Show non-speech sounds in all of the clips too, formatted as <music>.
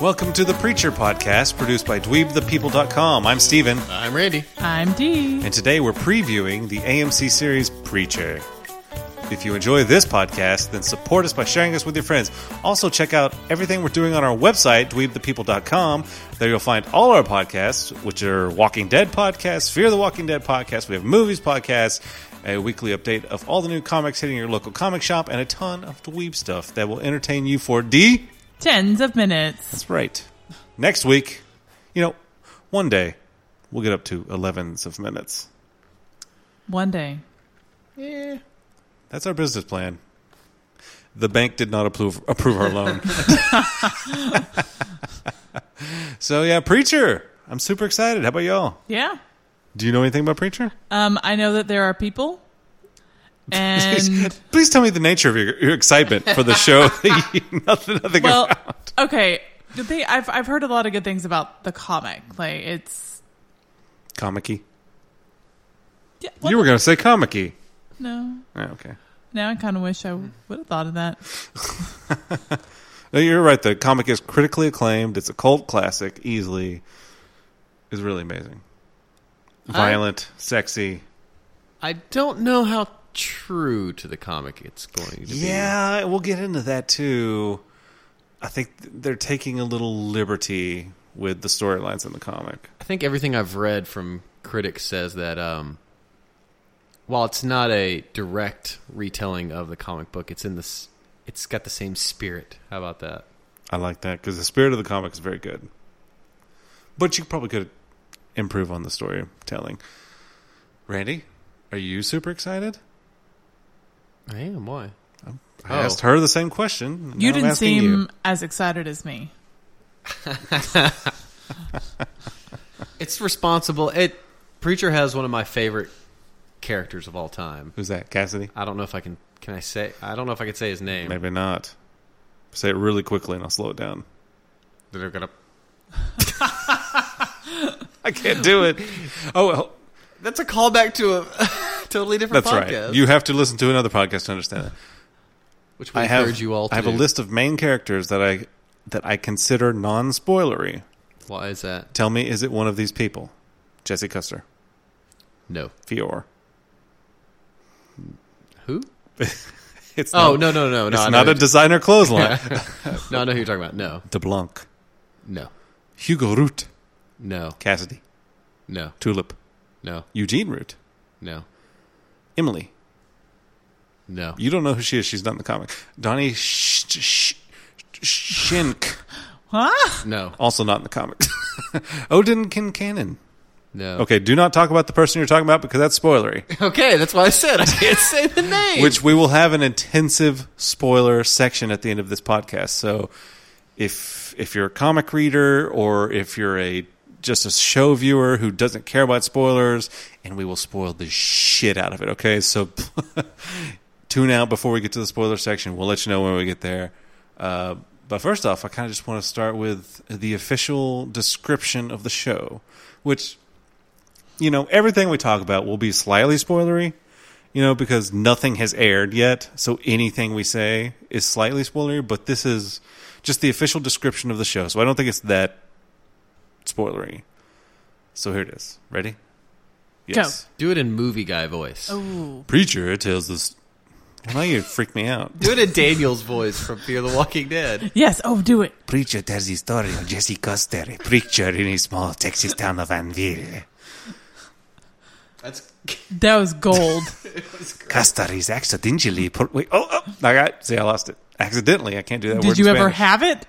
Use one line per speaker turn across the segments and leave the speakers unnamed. Welcome to the Preacher Podcast, produced by dweebthepeople.com. I'm Steven,
I'm Randy.
I'm Dee.
and today we're previewing the AMC series Preacher. If you enjoy this podcast, then support us by sharing us with your friends. Also, check out everything we're doing on our website, dweebthepeople.com. There you'll find all our podcasts, which are Walking Dead podcasts, Fear the Walking Dead podcast, we have movies podcasts, a weekly update of all the new comics hitting your local comic shop, and a ton of dweeb stuff that will entertain you for D.
Tens of minutes.
That's right. Next week, you know, one day we'll get up to elevens of minutes.
One day.
That's our business plan. The bank did not approve approve our loan. <laughs> so yeah, preacher. I'm super excited. How about y'all?
Yeah.
Do you know anything about preacher?
Um, I know that there
<laughs>
are people. And
Please, please tell me the nature of your, your excitement for the show. <laughs> that you- nothing, nothing.
well,
about.
okay. The thing, I've I've heard a lot of good things about the comic. Like it's
comicky.
yeah, what
you were going to say comicky.
the- no.
Oh, okay.
Now I kind of wish I would have thought of that.
No, you're right. The comic is critically acclaimed. It's a cult classic. Easily, is really amazing. Violent, sexy.
I don't know how true to the comic it's going to
Yeah, we'll get into that too. I think th- they're taking a little liberty with the storylines in the comic.
be. I think everything I've read from critics says that um, while it's not a direct retelling of the comic book, it's in this. It's got the same spirit. How about that?
I like that because the spirit of the comic is very good, but you probably could improve on the storytelling. Randy, are you super excited?
I am. Why?
I
Oh.
asked her the same question. and
You
now I'm
didn't
asking
seem
you.
as excited as me.
It's responsible. It preacher has one of my favorite characters of all time.
Who's that? Cassidy?
I don't know if I can. Can I say? I don't know if I can say his name.
Maybe not. Say it really quickly and I'll slow it down. <laughs>
They're gonna.
I can't do
<laughs>
it. Oh, well,
That's a callback to a <laughs> totally different
that's
podcast.
right. You have to listen to another podcast to understand that.
which we
I
encourage
have,
you all. To
I have a
do.
list of main characters that I that I consider non-spoilery.
Why is that?
Tell me, is it one of these people? Jesse Custer,
No.
Fior.
Who?
It's
Oh
not,
no no no no!
it's
I know
not a
who-
designer
<laughs>
clothesline.
no, I know who you're talking about. No,
DeBlanc,
no,
Hugo Root,
no,
Cassidy,
no,
Tulip,
no,
Eugene Root,
no,
Emily.
no.
You don't know who she is. She's not in the comic. Donnie Sh- Sh- Sh- Shink.
Huh?
No,
Also not in the comics. <laughs> Odin Kincannon.
no.
Okay, do not talk about the person you're talking about because that's spoilery.
<laughs> okay. That's why I said I can't
<laughs>
say the name.
Which we will have an intensive spoiler section at the end of this podcast. So if if you're a comic reader or if you're a just a show viewer who doesn't care about spoilers, and we will spoil the shit out of it. Okay, so <laughs> tune out before we get to the spoiler section. We'll let you know when we get there. Uh, but first off, I kind of just want to start with the official description of the show, which, you know, everything we talk about will be slightly spoilery, you know, because nothing has aired yet. So anything we say is slightly spoilery, but this is just the official description of the show. So I don't think it's that spoilery. So here it is. Ready?
Go.
Do it in movie guy voice.
Ooh.
Preacher tells this. Now you freak me out.
Do it in Daniel's voice from Fear the Walking Dead.
Yes. Oh, do it.
Preacher tells the story of Jesse Custer, a preacher in a small Texas town of Anvil.
That's <laughs>
That was
<laughs>
gold.
Custer is accidentally put. Wait, oh, oh, I got. See, I lost it. Accidentally, I can't do that. word
Did
in
you ever
Spanish.
have it?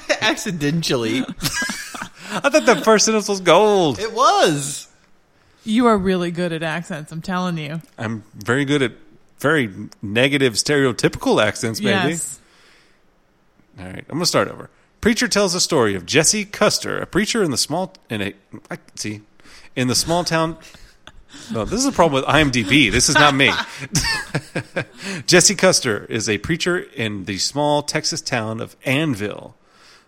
<laughs>
accidentally.
I thought that first sentence was gold.
It was.
You are really good at accents. I'm telling you.
I'm very good at very negative, stereotypical accents. Maybe.
Yes.
All right, I'm gonna start over. Preacher tells the story of Jesse Custer, a preacher in the small in a I see in the small town. No, this is a problem with IMDb. This is not me. <laughs> Jesse Custer is a preacher in the small Texas town of Anvil.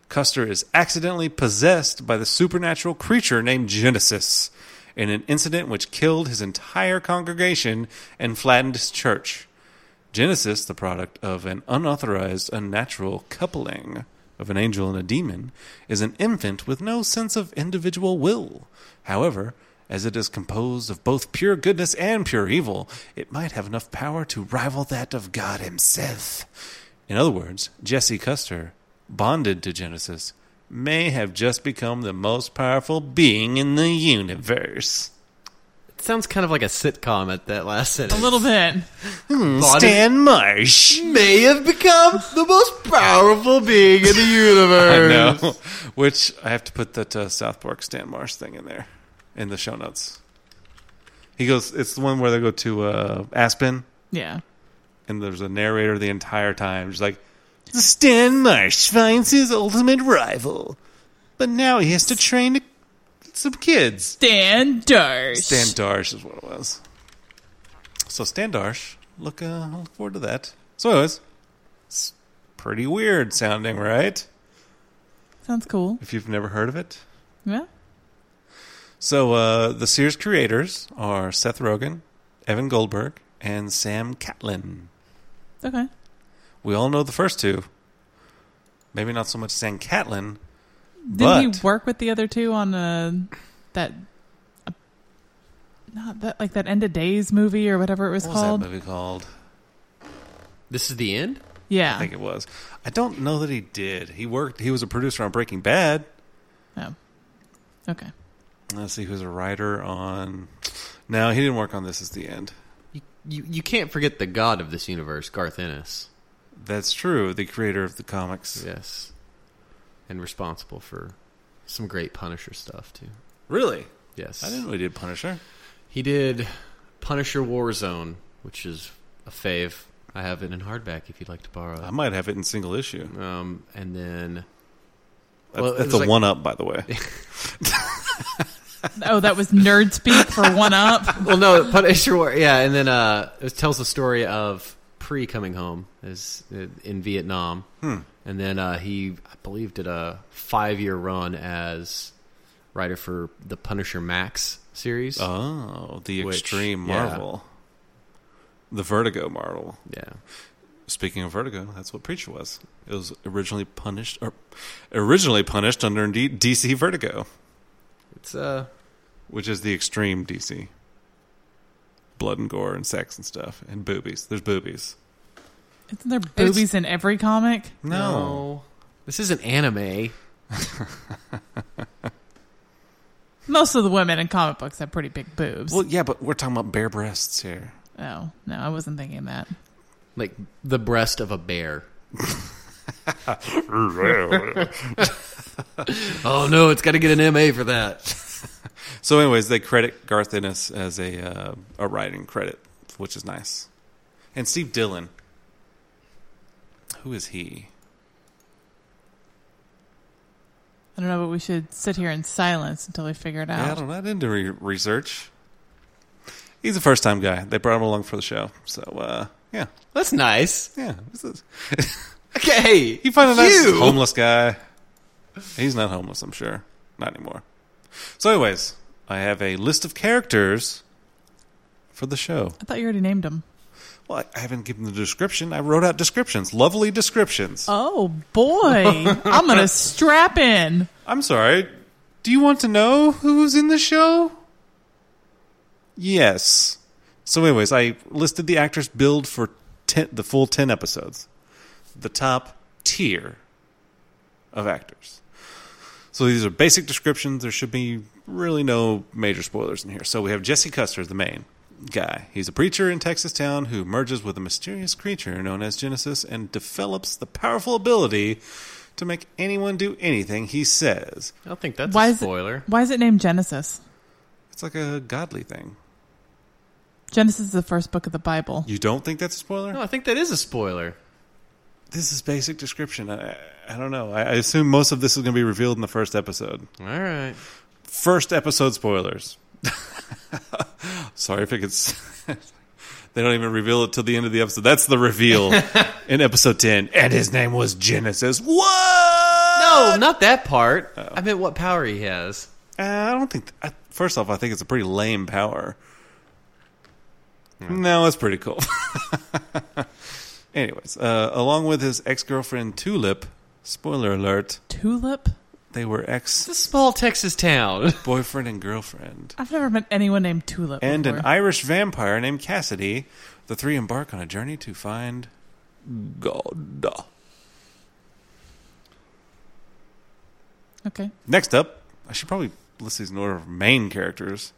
Custer is accidentally possessed by the supernatural creature named Genesis in an incident which killed his entire congregation and flattened his church. Genesis, the product of an unauthorized, unnatural coupling, of an angel and a demon is an infant with no sense of individual will. However, as it is composed of both pure goodness and pure evil, it might have enough power to rival that of God Himself. In other words, Jesse Custer, bonded to Genesis, may have just become the most powerful being in the universe.
It sounds kind of like a sitcom at that last
A
sentence.
little bit.
Mm,
Bonded-
Stan Marsh!
may have become the most powerful being in the
<laughs> I
universe.
know. <laughs> Which I have to put that uh, South Park Stan Marsh thing in there in the show notes. He goes, it's the one where they go to uh, Aspen
Yeah.
and there's a narrator the entire time. Just like, Stan Marsh finds his ultimate rival, but now he has to train some kids.
Stan Darsh.
Stan Darsh is what it was. So Stan Darsh, look, uh, look forward to that. So, anyways, it's pretty weird sounding, right?
Sounds cool.
If you've never heard of it.
Yeah.
So uh, the series creators are Seth Rogen, Evan Goldberg, and Sam Catlin.
Okay.
We all know the first two. Maybe not so much Sam Catlin.
Didn't
But-
he work with the other two on uh, that? uh, not that like that end of days movie or whatever it was
What was
called.
that movie called?
This is the end.
I
Yeah.
think it was. I don't know that he did. He worked. He was a producer on Breaking Bad.
Oh. Okay.
Let's see, he was a writer on. No, he didn't work on This Is the End.
You, you you can't forget the god of this universe, Garth Ennis.
That's true. The creator of the comics.
Yes, and responsible for some great Punisher stuff too.
Really?
Yes,
I didn't know he did Punisher.
He did Punisher Warzone, which is a fave. I have it in hardback if you'd like to borrow
I
it.
might have it in single issue.
Um, and then
That's,
Well, it
that's
was
a
like-
one up, by the way.
Oh, that was nerd speak for
<laughs>
one up.
well, no, Punisher War. Yeah, and then uh, it tells the story of Pre coming home is uh, in Vietnam, and then uh, he, I believe, did a five-year run as writer for the Punisher Max series.
Oh, the
Which-
extreme
yeah.
Marvel. The Vertigo Marvel.
Yeah,
Speaking of Vertigo, that's what Preacher was. It was originally punished, or originally punished under D- DC Vertigo,
it's uh,
which is the extreme DC. Blood and gore and sex and stuff and boobies. There's boobies.
Isn't there boobies in every comic?
this isn't anime.
Most of the women in comic books have pretty big boobs.
Well, yeah, but we're talking about bare breasts here.
oh no, I wasn't thinking that.
Like the breast of a bear. <laughs> Oh no, it's got to get an MA for that.
so, anyways, they credit Garth Ennis as a uh, a writing credit, which is nice. And Steve Dillon, who is he?
I don't know, but we should sit here in silence until we figure it
Yeah, I
out.
don't know. I didn't do re- research. He's a first time guy. They brought him along for the show, so uh, yeah,
That's nice.
yeah. This is- <laughs>
Okay,
He found a nice
You.
homeless guy. He's not homeless, I'm sure. Not anymore. So, anyways, I have a list of characters for the show.
I thought you already named
<laughs>
them.
Well, I- I haven't given the description. I wrote out descriptions, lovely descriptions.
Oh boy, I'm
<laughs>
gonna strap in.
I'm sorry. Do you want to know who's in the show? Yes. So, anyways, I listed the actors billed for ten, the full 10 episodes, the top tier of actors. So, these are basic descriptions. There should be really no major spoilers in here. So, we have Jesse Custer, the main guy. He's a preacher in Texas town who merges with a mysterious creature known as Genesis and develops the powerful ability to make anyone do anything he says.
I don't think that's
Why
a
is it-
spoiler.
Why is it named Genesis?
It's like a godly thing.
Genesis is the first book of the Bible.
You don't think that's a spoiler?
No, I think that is a spoiler.
This is basic description. I, I don't know. I, I assume most of this is going to be revealed in the first episode.
All right.
First episode spoilers. <laughs> Sorry if it gets. <laughs> they don't even reveal it till the end of the episode. That's the
<laughs>
reveal in episode 10. And his name was Genesis. What?
<laughs> No, not that part. I meant what power he has.
Uh, I don't think. I, first off, I think it's a pretty lame power. No, it's pretty <laughs> cool. Anyways, uh, along with his ex girlfriend Tulip, Spoiler alert:
Tulip?
they were
It's
ex
a small Texas town. <laughs>
boyfriend and girlfriend.
I've never met anyone named Tulip.
and an
before.
Irish vampire named Cassidy. The three embark on a journey to find God.
okay.
Next up, I should probably list these in order of main characters.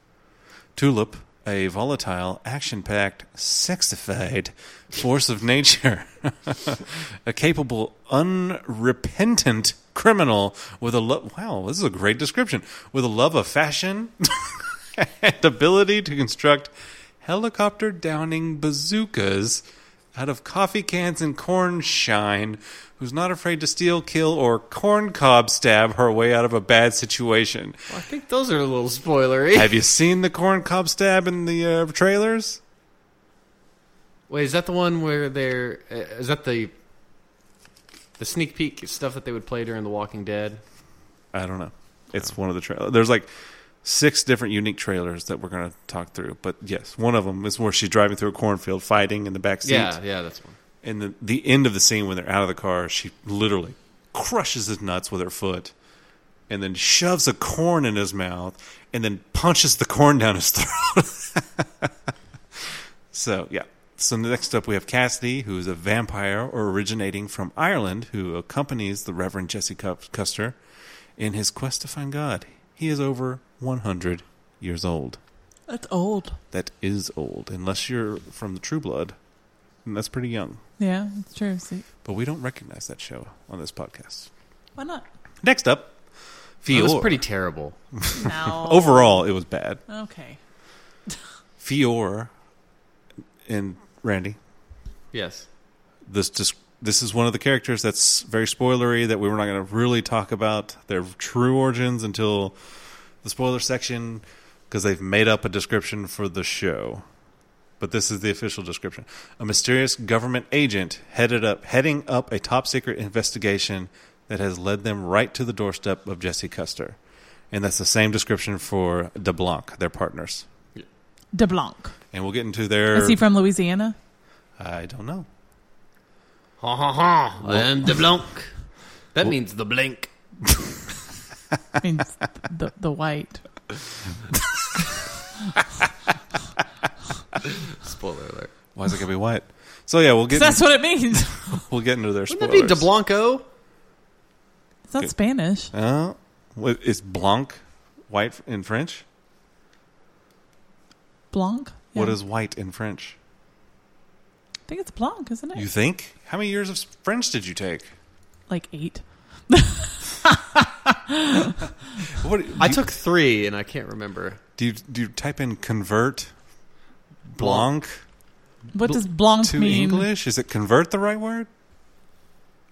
Tulip, a volatile, action packed, sexified force of nature, <laughs> a capable, unrepentant criminal with a love. Wow, this is a great description. With a love of fashion and ability to construct helicopter downing bazookas out of coffee cans and corn shine, who's not afraid to steal, kill, or corn cob stab her way out of a bad situation.
Well, I think those are a little spoilery.
Have you seen the corn cob stab in the uh, trailers?
Wait, is that the one where they're? Uh, is that the the sneak peek stuff that they would play during The Walking Dead?
I don't know. It's one of the trailers. There's like six different unique trailers that we're going to talk through. But yes, one of them is where she's driving through a cornfield fighting in the back seat.
Yeah, yeah, that's one. Oh,
And the, the end of the scene when they're out of the car, she literally crushes his nuts with her foot and then shoves a corn in his mouth and then punches the corn down his <laughs> throat. so, yeah. So, next up, we have Cassidy, who is a vampire originating from Ireland, who accompanies the Reverend Jesse Cu- Custer in his quest to find God. He is over 100 years old.
That's old.
That is old, unless you're from the True Blood. And that's pretty young
Yeah, it's true. See,
but we don't recognize that show on this podcast. <laughs>
why not?
Next up,
It
Fior.
was pretty terrible.
No.
Overall, it was bad.
Okay.
Fior and Randy.
Yes.
This just this is one of the characters that's very spoilery that we were not going to really talk about their true origins until the spoiler section because they've made up a description for the show. But this is the official description. A mysterious government agent headed up heading up a top secret investigation that has led them right to the doorstep of Jesse Custer. And that's the same description for DeBlanc, their partners.
DeBlanc.
And we'll get into their
Is he from Louisiana?
I don't know.
Ha ha ha! And the blanc. That means the blink.
I
<laughs>
mean, the the white.
Spoiler alert.
Why is it gonna be white? So yeah, we'll get
'Cause that's what it
<laughs>
means.
We'll get into their
Wouldn't
spoilers.
that be DeBlanco?
It's not Spanish.
Uh, wha- is Blanc white in French?
Blanc.
What
Yeah.
is white in French?
I think it's Blanc, isn't it?
You think? How many years of s- French did you take?
like eight.
What do
I
you-
took three, and I can't remember.
Do you do you type in convert Blanc
What does Blanc
to
mean?
English? Is it convert the right word?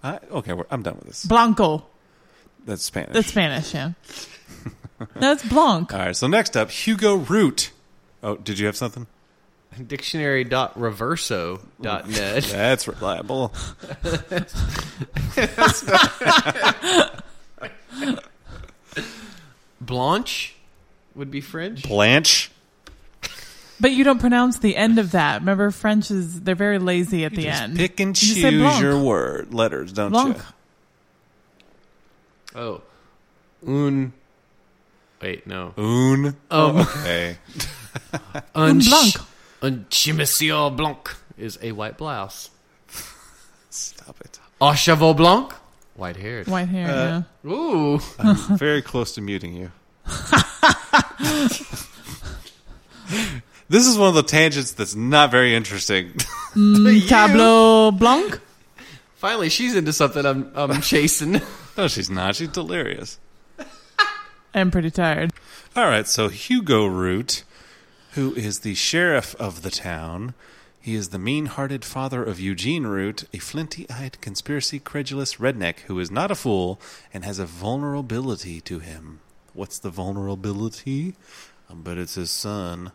I, okay, we're, I'm done with this.
Blanco.
That's Spanish.
That's
<laughs>
Spanish, yeah. no, it's Blanc.
All right. So next up, Hugo Root. Oh, did you have something?
<laughs> Dictionary.reverso.net.
That's reliable.
Blanche would be French.
Blanche.
But you don't pronounce the end of that. Remember, French is, they're very lazy at the
Just
end.
pick and
You said
choose
Blanc.
your word letters, don't
Blanc.
you?
Oh. Un. Wait, no.
Un. Oh,
Um.
Okay.
Un
blanc.
Un chemisier blanc is a white blouse.
Stop it.
A chevaux blanc? White haired.
White hair,
Uh,
Ooh.
I'm very close to muting you. <laughs> this is one of the tangents that's not very interesting.
You.
yeah. Tableau Blanc?
Finally, she's into something I'm, I'm chasing.
no, she's not. She's delirious.
I'm pretty tired.
All right, so Hugo Root, who is the sheriff of the town, he is the mean hearted father of Eugene Root, a flinty eyed, conspiracy credulous redneck who is not a fool and has a vulnerability to him. What's the vulnerability? I bet it's his son.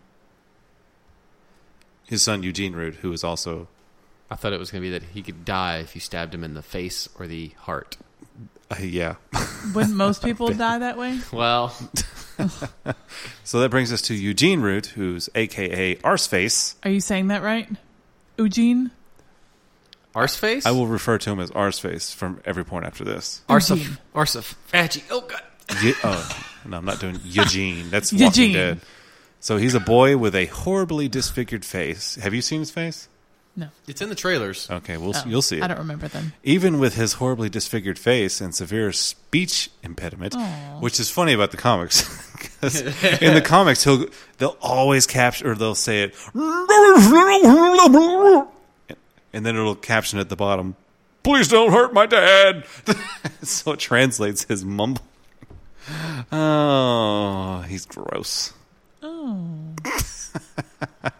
His son, Eugene Root, who is also.
I thought it was going to be that he could die if you stabbed him in the face or the heart.
Uh, yeah.
Wouldn't
<laughs>
most people die that way?
Well,
So that brings us to Eugene Root, who's AKA Arseface.
Are you saying that right? Eugene?
Arseface?
I will refer to him as Arsface from every point after this.
Arsef. Arsef. Faggy. Oh, God.
Ye- oh, no, I'm not doing
<laughs>
Eugene. That's Walking
Eugene.
Dead. So he's a boy with a horribly disfigured face. Have you seen his face?
No.
It's in the trailers.
Okay, we'll
Oh,
you'll see.
I
It.
don't remember them.
Even with his horribly disfigured face and severe speech impediment,
Aw.
which is funny about the comics, <laughs> 'Cause in the comics he'll they'll always capture or they'll say it, and then it'll caption at the bottom, "Please don't hurt my dad." <laughs> so it translates his mumble. Oh, he's gross.
Oh.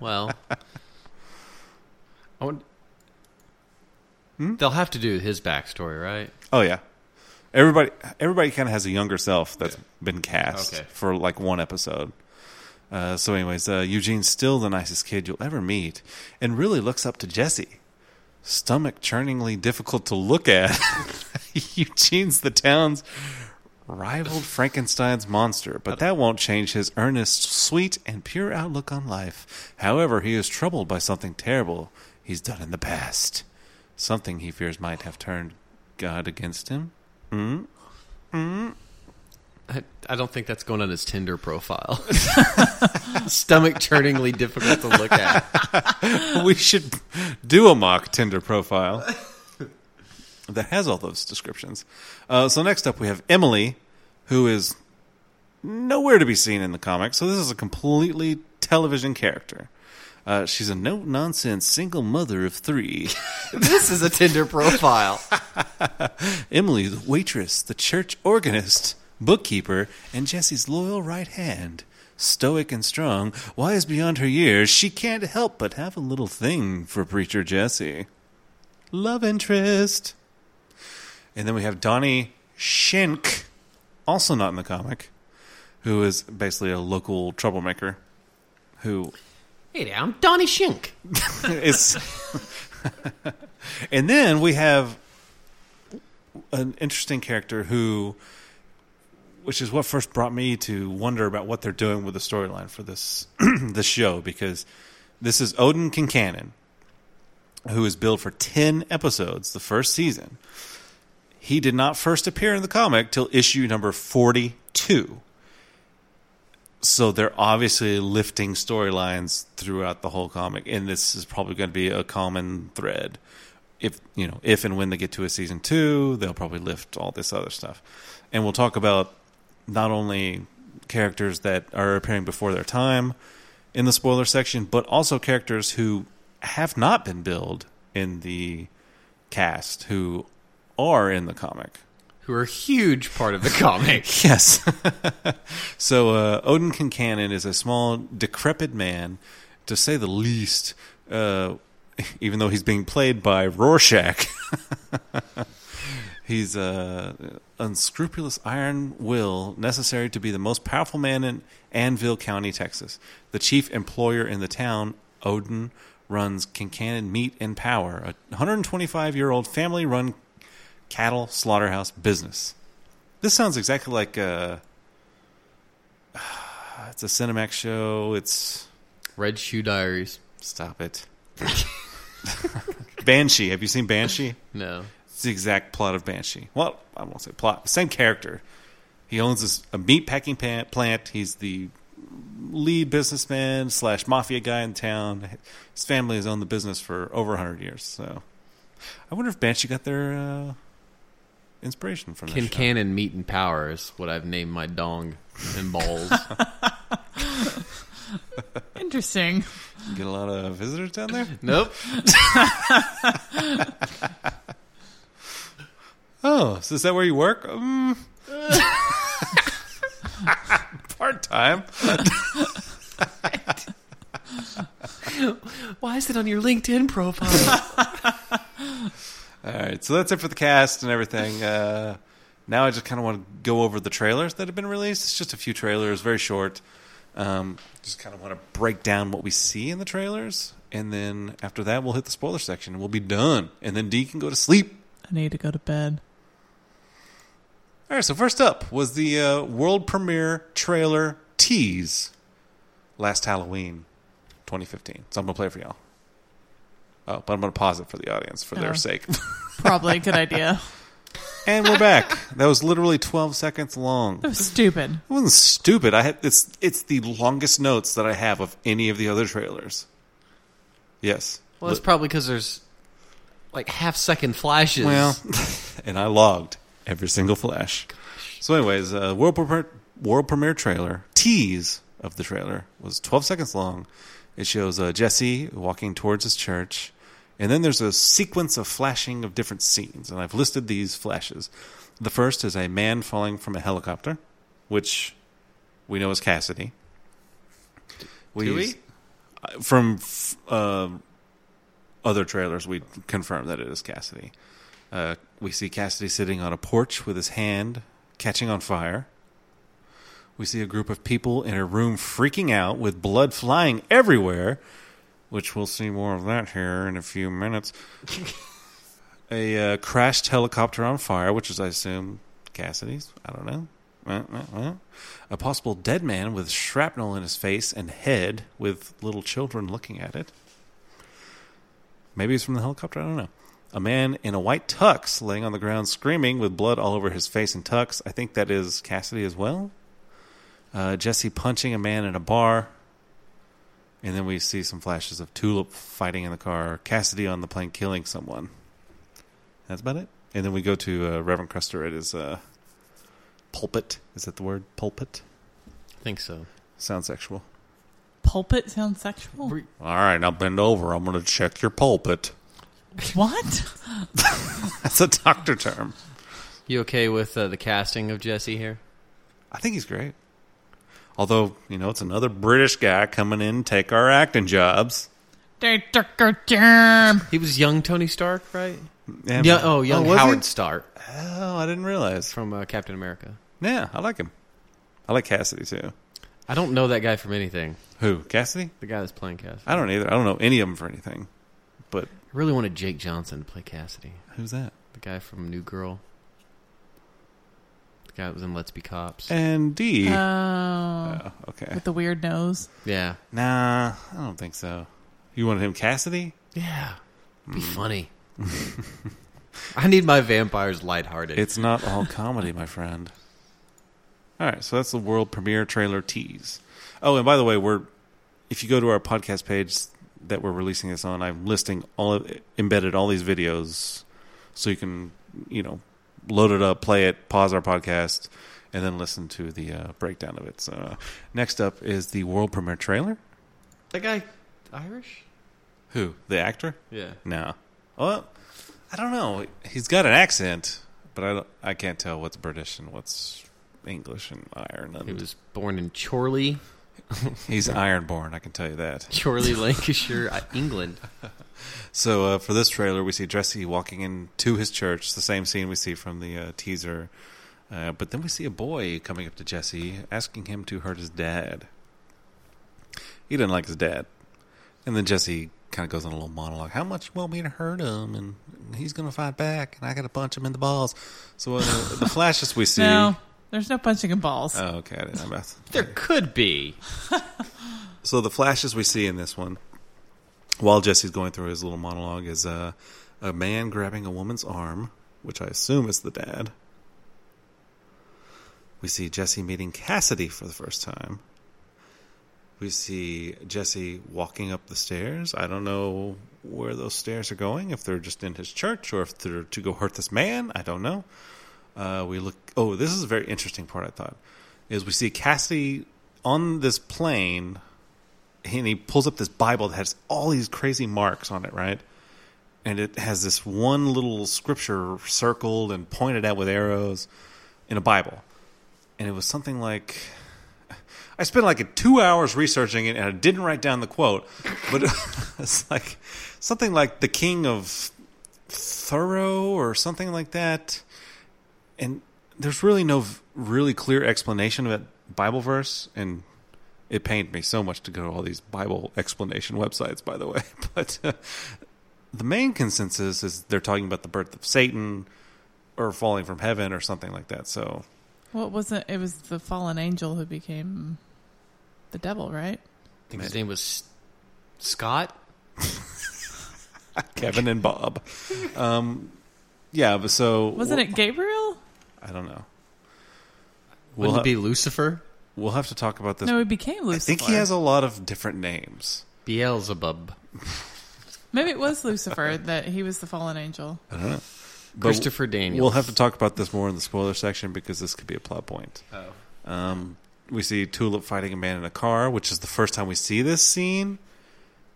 Well, <laughs> I wonder- Hmm? they'll have to do his backstory, right?
Oh yeah. Everybody everybody kind of has a younger self that's been cast
Okay.
for like one episode. Uh, so anyways, uh, Eugene's still the nicest kid you'll ever meet and really looks up to Jesse. Stomach churningly difficult to look at. <laughs> Eugene's the town's rivaled Frankenstein's monster, but that won't change his earnest, sweet, and pure outlook on life. However, he is troubled by something terrible he's done in the past. Something he fears might have turned God against him.
I, I don't think that's going on his Tinder <laughs> profile. Stomach churningly difficult to look at.
<laughs> we should do a mock Tinder profile that has all those descriptions. Uh, so next up, we have Emily, who is nowhere to be seen in the comic. So this is a completely television character. Uh, she's a no nonsense single mother of three.
<laughs>
<laughs>
this is a Tinder profile.
Emily is a waitress, the church organist, bookkeeper, and Jesse's loyal right hand. Stoic and strong, wise beyond her years, she can't help but have a little thing for preacher Jesse. Love interest. And then we have Donnie Schenk, also not in the comic, who is basically a local troublemaker who
Hey there, I'm Donnie Shink.
<laughs> it's and then we have an interesting character who which is what first brought me to wonder about what they're doing with the storyline for this <clears throat> this show because this is Odin Kincannon who is billed for 10 episodes the first season he did not first appear in the comic till issue number 42 so they're obviously lifting storylines throughout the whole comic and this is probably going to be a common thread if you know if and when they get to a season 2 they'll probably lift all this other stuff and we'll talk about not only characters that are appearing before their time in the spoiler section but also characters who have not been billed in the cast who are in the comic
Who are a huge part of the comic.
<laughs> Yes. <laughs> so uh, Odin Kincannon is a small, decrepit man, to say the least, uh, <laughs> even though he's being played by Rorschach. <laughs> he's a unscrupulous iron will necessary to be the most powerful man in Anvil County, Texas. The chief employer in the town, Odin, runs Kincannon Meat and Power, a 125-year-old family-run cattle slaughterhouse business. This sounds exactly like uh <sighs> It's a Cinemax show. It's
Red Shoe Diaries.
stop it. <laughs> Banshee. Have you seen Banshee?
No.
It's the exact plot of Banshee. Well, I won't say plot. Same character. He owns this, a meat packing pa- plant. He's the lead businessman slash mafia guy in town. His family has owned the business for over hundred years. So, I wonder if Banshee got their uh, inspiration from
Kin
this show.
Cannon Meat and Power is what I've named my dong and balls.
Interesting.
Get a lot of visitors down there.
<laughs> nope.
Oh, so is that where you work? Um, Part time.
<laughs> Why is it on your LinkedIn <laughs> profile?
All right, so that's it for the cast and everything. Uh, now I just kind of want to go over the trailers that have been released. It's just a few trailers, very short. Um, just kind of want to break down what we see in the trailers, and then after that, we'll hit the spoiler section and we'll be done. And then D can go to sleep.
I need to go to bed.
All right, so first up was the uh, world premiere trailer tease last Halloween 2015. So I'm going to play it for y'all. Oh, but I'm going to pause it for the audience for
Oh.
their sake. <laughs>
Probably a good idea.
and we're back. That was literally 12 seconds long.
<laughs> That was stupid.
It wasn't stupid. I had it's it's the longest notes that I have of any of the other trailers. Yes.
Well, it's probably because there's like half second flashes.
Well, <laughs> and I logged every single flash. So, anyways, uh, world premiere world premiere trailer tease of the trailer was 12 seconds long. It shows uh, Jesse walking towards his church, and then there's a sequence of flashing of different scenes, and I've listed these flashes. The first is a man falling from a helicopter, which we know is Cassidy.
Do we?
Uh, From f- uh, other trailers, we confirm that it is Cassidy. Uh, we see Cassidy sitting on a porch with his hand catching on fire. We see a group of people in a room freaking out with blood flying everywhere, which we'll see more of that here in a few minutes. a uh, crashed helicopter on fire, which is, I assume, Cassidy's. I don't know. Uh, uh, uh. A possible dead man with shrapnel in his face and head with little children looking at it. Maybe it's from the helicopter. I don't know. A man in a white tux laying on the ground screaming with blood all over his face and tux. I think that is Cassidy as well. Uh, Jesse punching a man in a bar. And then we see some flashes of Tulip fighting in the car, Cassidy on the plane killing someone. That's about it. And then we go to uh, Reverend Custer at his uh, pulpit. Is that the word? Pulpit?
I think so.
Sounds sexual.
Pulpit sounds sexual.
Re-
All right, now bend over. I'm going to check your pulpit. <laughs>
<laughs> What?
That's a doctor term.
You okay with uh, the casting of Jesse here?
I think he's great. Although, you know, it's another British guy coming in to take our acting jobs.
They took her germ.
He was young Tony Stark, right?
Yeah,
Yeah. Oh, young
was he?
Howard Stark
Oh, I didn't realize.
from uh, Captain America.
Yeah, I like him. I like Cassidy too.
I don't know that guy from anything.
Who? Cassidy?
The guy that's playing Cassidy. I
I don't either. I don't know any of them for anything. But
really wanted Jake Johnson to play Cassidy.
who's that?
The guy from New Girl. The guy that was in Let's Be Cops.
And D.
Uh,
Oh,
oh, okay.
with the weird nose.
yeah.
Nah, I don't think so. You wanted him Cassidy?
Yeah. Be
Hmm.
funny. <laughs> I need my vampires lighthearted.
It's not all comedy, my friend. All right, so that's the world premiere trailer tease. Oh, and by the way, we're if you go to our podcast page that we're releasing this on, I'm listing all of, embedded all these videos so you can, you know, load it up, play it, pause our podcast, and then listen to the uh, breakdown of it. So, uh, next up is the world premiere trailer.
that guy Irish?
Who? The actor?
Yeah.
No. Well, I don't know. He's got an accent, but I don't- I can't tell what's British and what's English and Ireland.
He was born in Chorley,
He's ironborn, I can tell you that.
<laughs> Chorley, Lancashire, uh, England.
So uh, for this trailer, we see Jesse walking into his church, the same scene we see from the uh, teaser. Uh, but then we see a boy coming up to Jesse, asking him to hurt his dad. He didn't like his dad. And then Jesse kind of goes on a little monologue. How much you want me to hurt him? And he's going to fight back, and I got to punch him in the balls. So uh, the flashes we see.
No, there's no punching in balls.
Oh, okay. I didn't know about
There could be.
so the flashes we see in this one while jesse's going through his little monologue is uh, a man grabbing a woman's arm which i assume is the dad we see jesse meeting cassidy for the first time we see jesse walking up the stairs i don't know where those stairs are going if they're just in his church or if they're to go hurt this man i don't know uh, we look. Oh, this is a very interesting part. I thought is we see Cassidy on this plane, and he pulls up this Bible that has all these crazy marks on it, right? And it has this one little scripture circled and pointed out with arrows in a Bible, and it was something like. I spent like two hours researching it, and I didn't write down the quote, but <laughs> it's like something like the king of Thorough or something like that and there's really no v- really clear explanation of that Bible verse, and it pained me so much to go to all these Bible explanation websites. By the way, <laughs> but uh, the main consensus is they're talking about the birth of Satan or falling from heaven or something like that. So <laughs>
What was it? It was the fallen angel who became the devil, right?
I think his name was S- Scott.
Kevin and Bob. Um, yeah, but so
Wasn't it Gabriel?
I don't know. We'll,
Wouldn't
ha-
it be Lucifer?
we'll have to talk about this.
No, he became
I
Lucifer.
think he has a lot of different names.
Beelzebub.
Maybe
<laughs>
it was Lucifer that he was the fallen angel.
But
Christopher Daniels.
We'll have to talk about this more in the spoiler section because this could be a plot point. Um, we see Tulip fighting a man in a car, which is the first time we see this scene,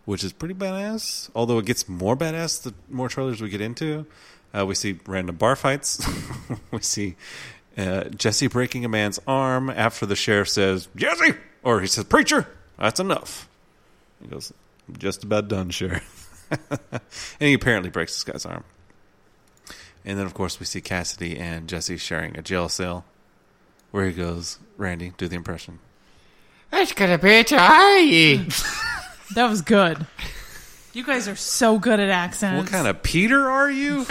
which is pretty badass. Although it gets more badass the more trailers we get into. Uh, we see random bar fights. <laughs> we see uh, Jesse breaking a man's arm after the sheriff says, Jesse! Or he says, Preacher, that's enough. He goes, I'm just about done, sheriff. <laughs> and he apparently breaks this guy's arm. And then, of course, we see Cassidy and Jesse sharing a jail cell where he goes, Randy, do the impression.
That's gonna be tiny.
That was good. You guys are so good at accents.
What kind of Peter are you?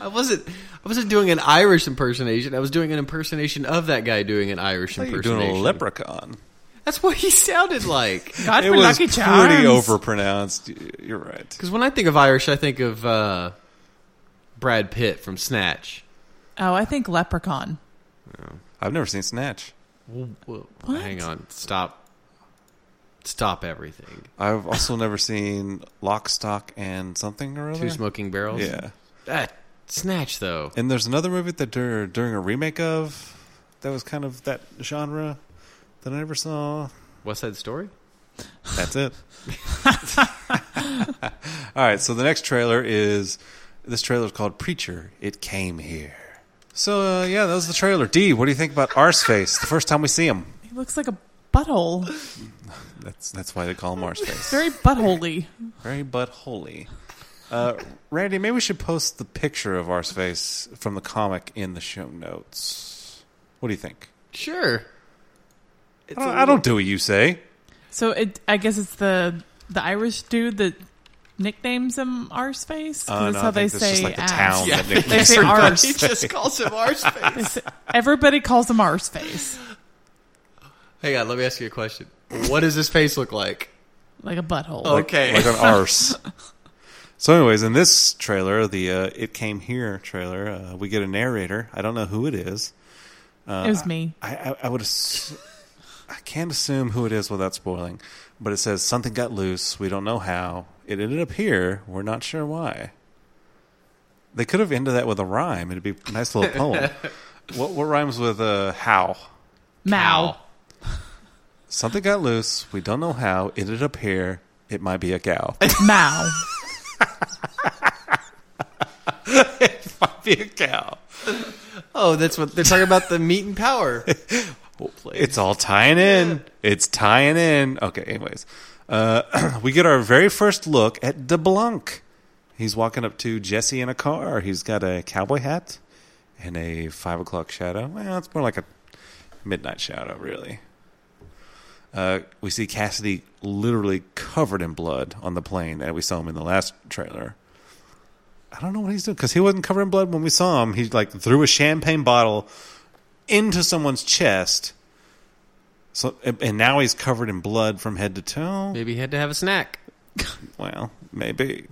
I wasn't. I wasn't doing an Irish impersonation. I was doing an impersonation of that guy doing an Irish
You're
impersonation.
doing a leprechaun.
That's what he
<laughs>
sounded like.
God
it
for
was
Lucky
pretty
Charms.
overpronounced. You're right.
Because when I think of Irish, I think of uh, Brad Pitt from Snatch.
Oh, I think Leprechaun.
I've never seen Snatch.
Whoa,
What?
Hang on. Stop. Stop everything.
I've also never seen Lock, Stock, and something or other.
Two smoking barrels.
Yeah.
That snatch though.
And there's another movie that they're doing a remake of that was kind of that genre that I never saw.
West Side Story.
That's it. <laughs> All right, so the next trailer is this trailer is called Preacher. It came here. So uh, yeah, that was the trailer. D, what do you think about Arseface? The first time we see him,
He looks like a butthole.
that's that's why they call him Arseface.
Very buttholey.
Very but holy. Uh, Randy, maybe we should post the picture of Arseface from the comic in the show notes. What do you think?
Sure. It's
I don't,
a
I don't do what you say.
So it, I guess it's the the Irish dude that nicknames him Arseface. 'Cause
Uh,
that's
no,
how
I
they
think that's
say
just like the
ass.
town
Yeah,
that <laughs> they
They say
little-
arse.
He <laughs> just calls him
<laughs>
Arsface.
Everybody calls him Arseface,
Hang on. Let me ask you a question. What does his face look like? <laughs>
like a butthole.
Oh. Okay.
like an arse. So, anyways, in this trailer, the uh, "It Came Here" trailer, uh, we get a narrator. I don't know who it is.
it
uh,
was me.
I, I, I would, ass- I can't assume who it is without spoiling. But it says something got loose. We don't know how. It ended up here. We're not sure why. They could have ended that with a rhyme. It'd be a nice little poem. what, what rhymes with uh, how?
Mal.
Something got loose. We don't know how. It ended up here. It might be a cow.
Mal.
<laughs> it might be a cow.
Oh, that's what they're talking about. The meat and power.
It's all tying in. It's tying in. Okay, anyways. Uh, <clears throat> we get our very first look at DeBlanc. He's walking up to Jesse in a car. He's got a cowboy hat and a five o'clock shadow. Well, it's more like a midnight shadow, really. Uh, we see Cassidy literally covered in blood on the plane that we saw him in the last trailer. I don't know what he's doing because he wasn't covered in blood when we saw him. He like threw a champagne bottle into someone's chest. So and and now he's covered in blood from head to toe.
<laughs> Maybe he had to have a snack.
Well, maybe.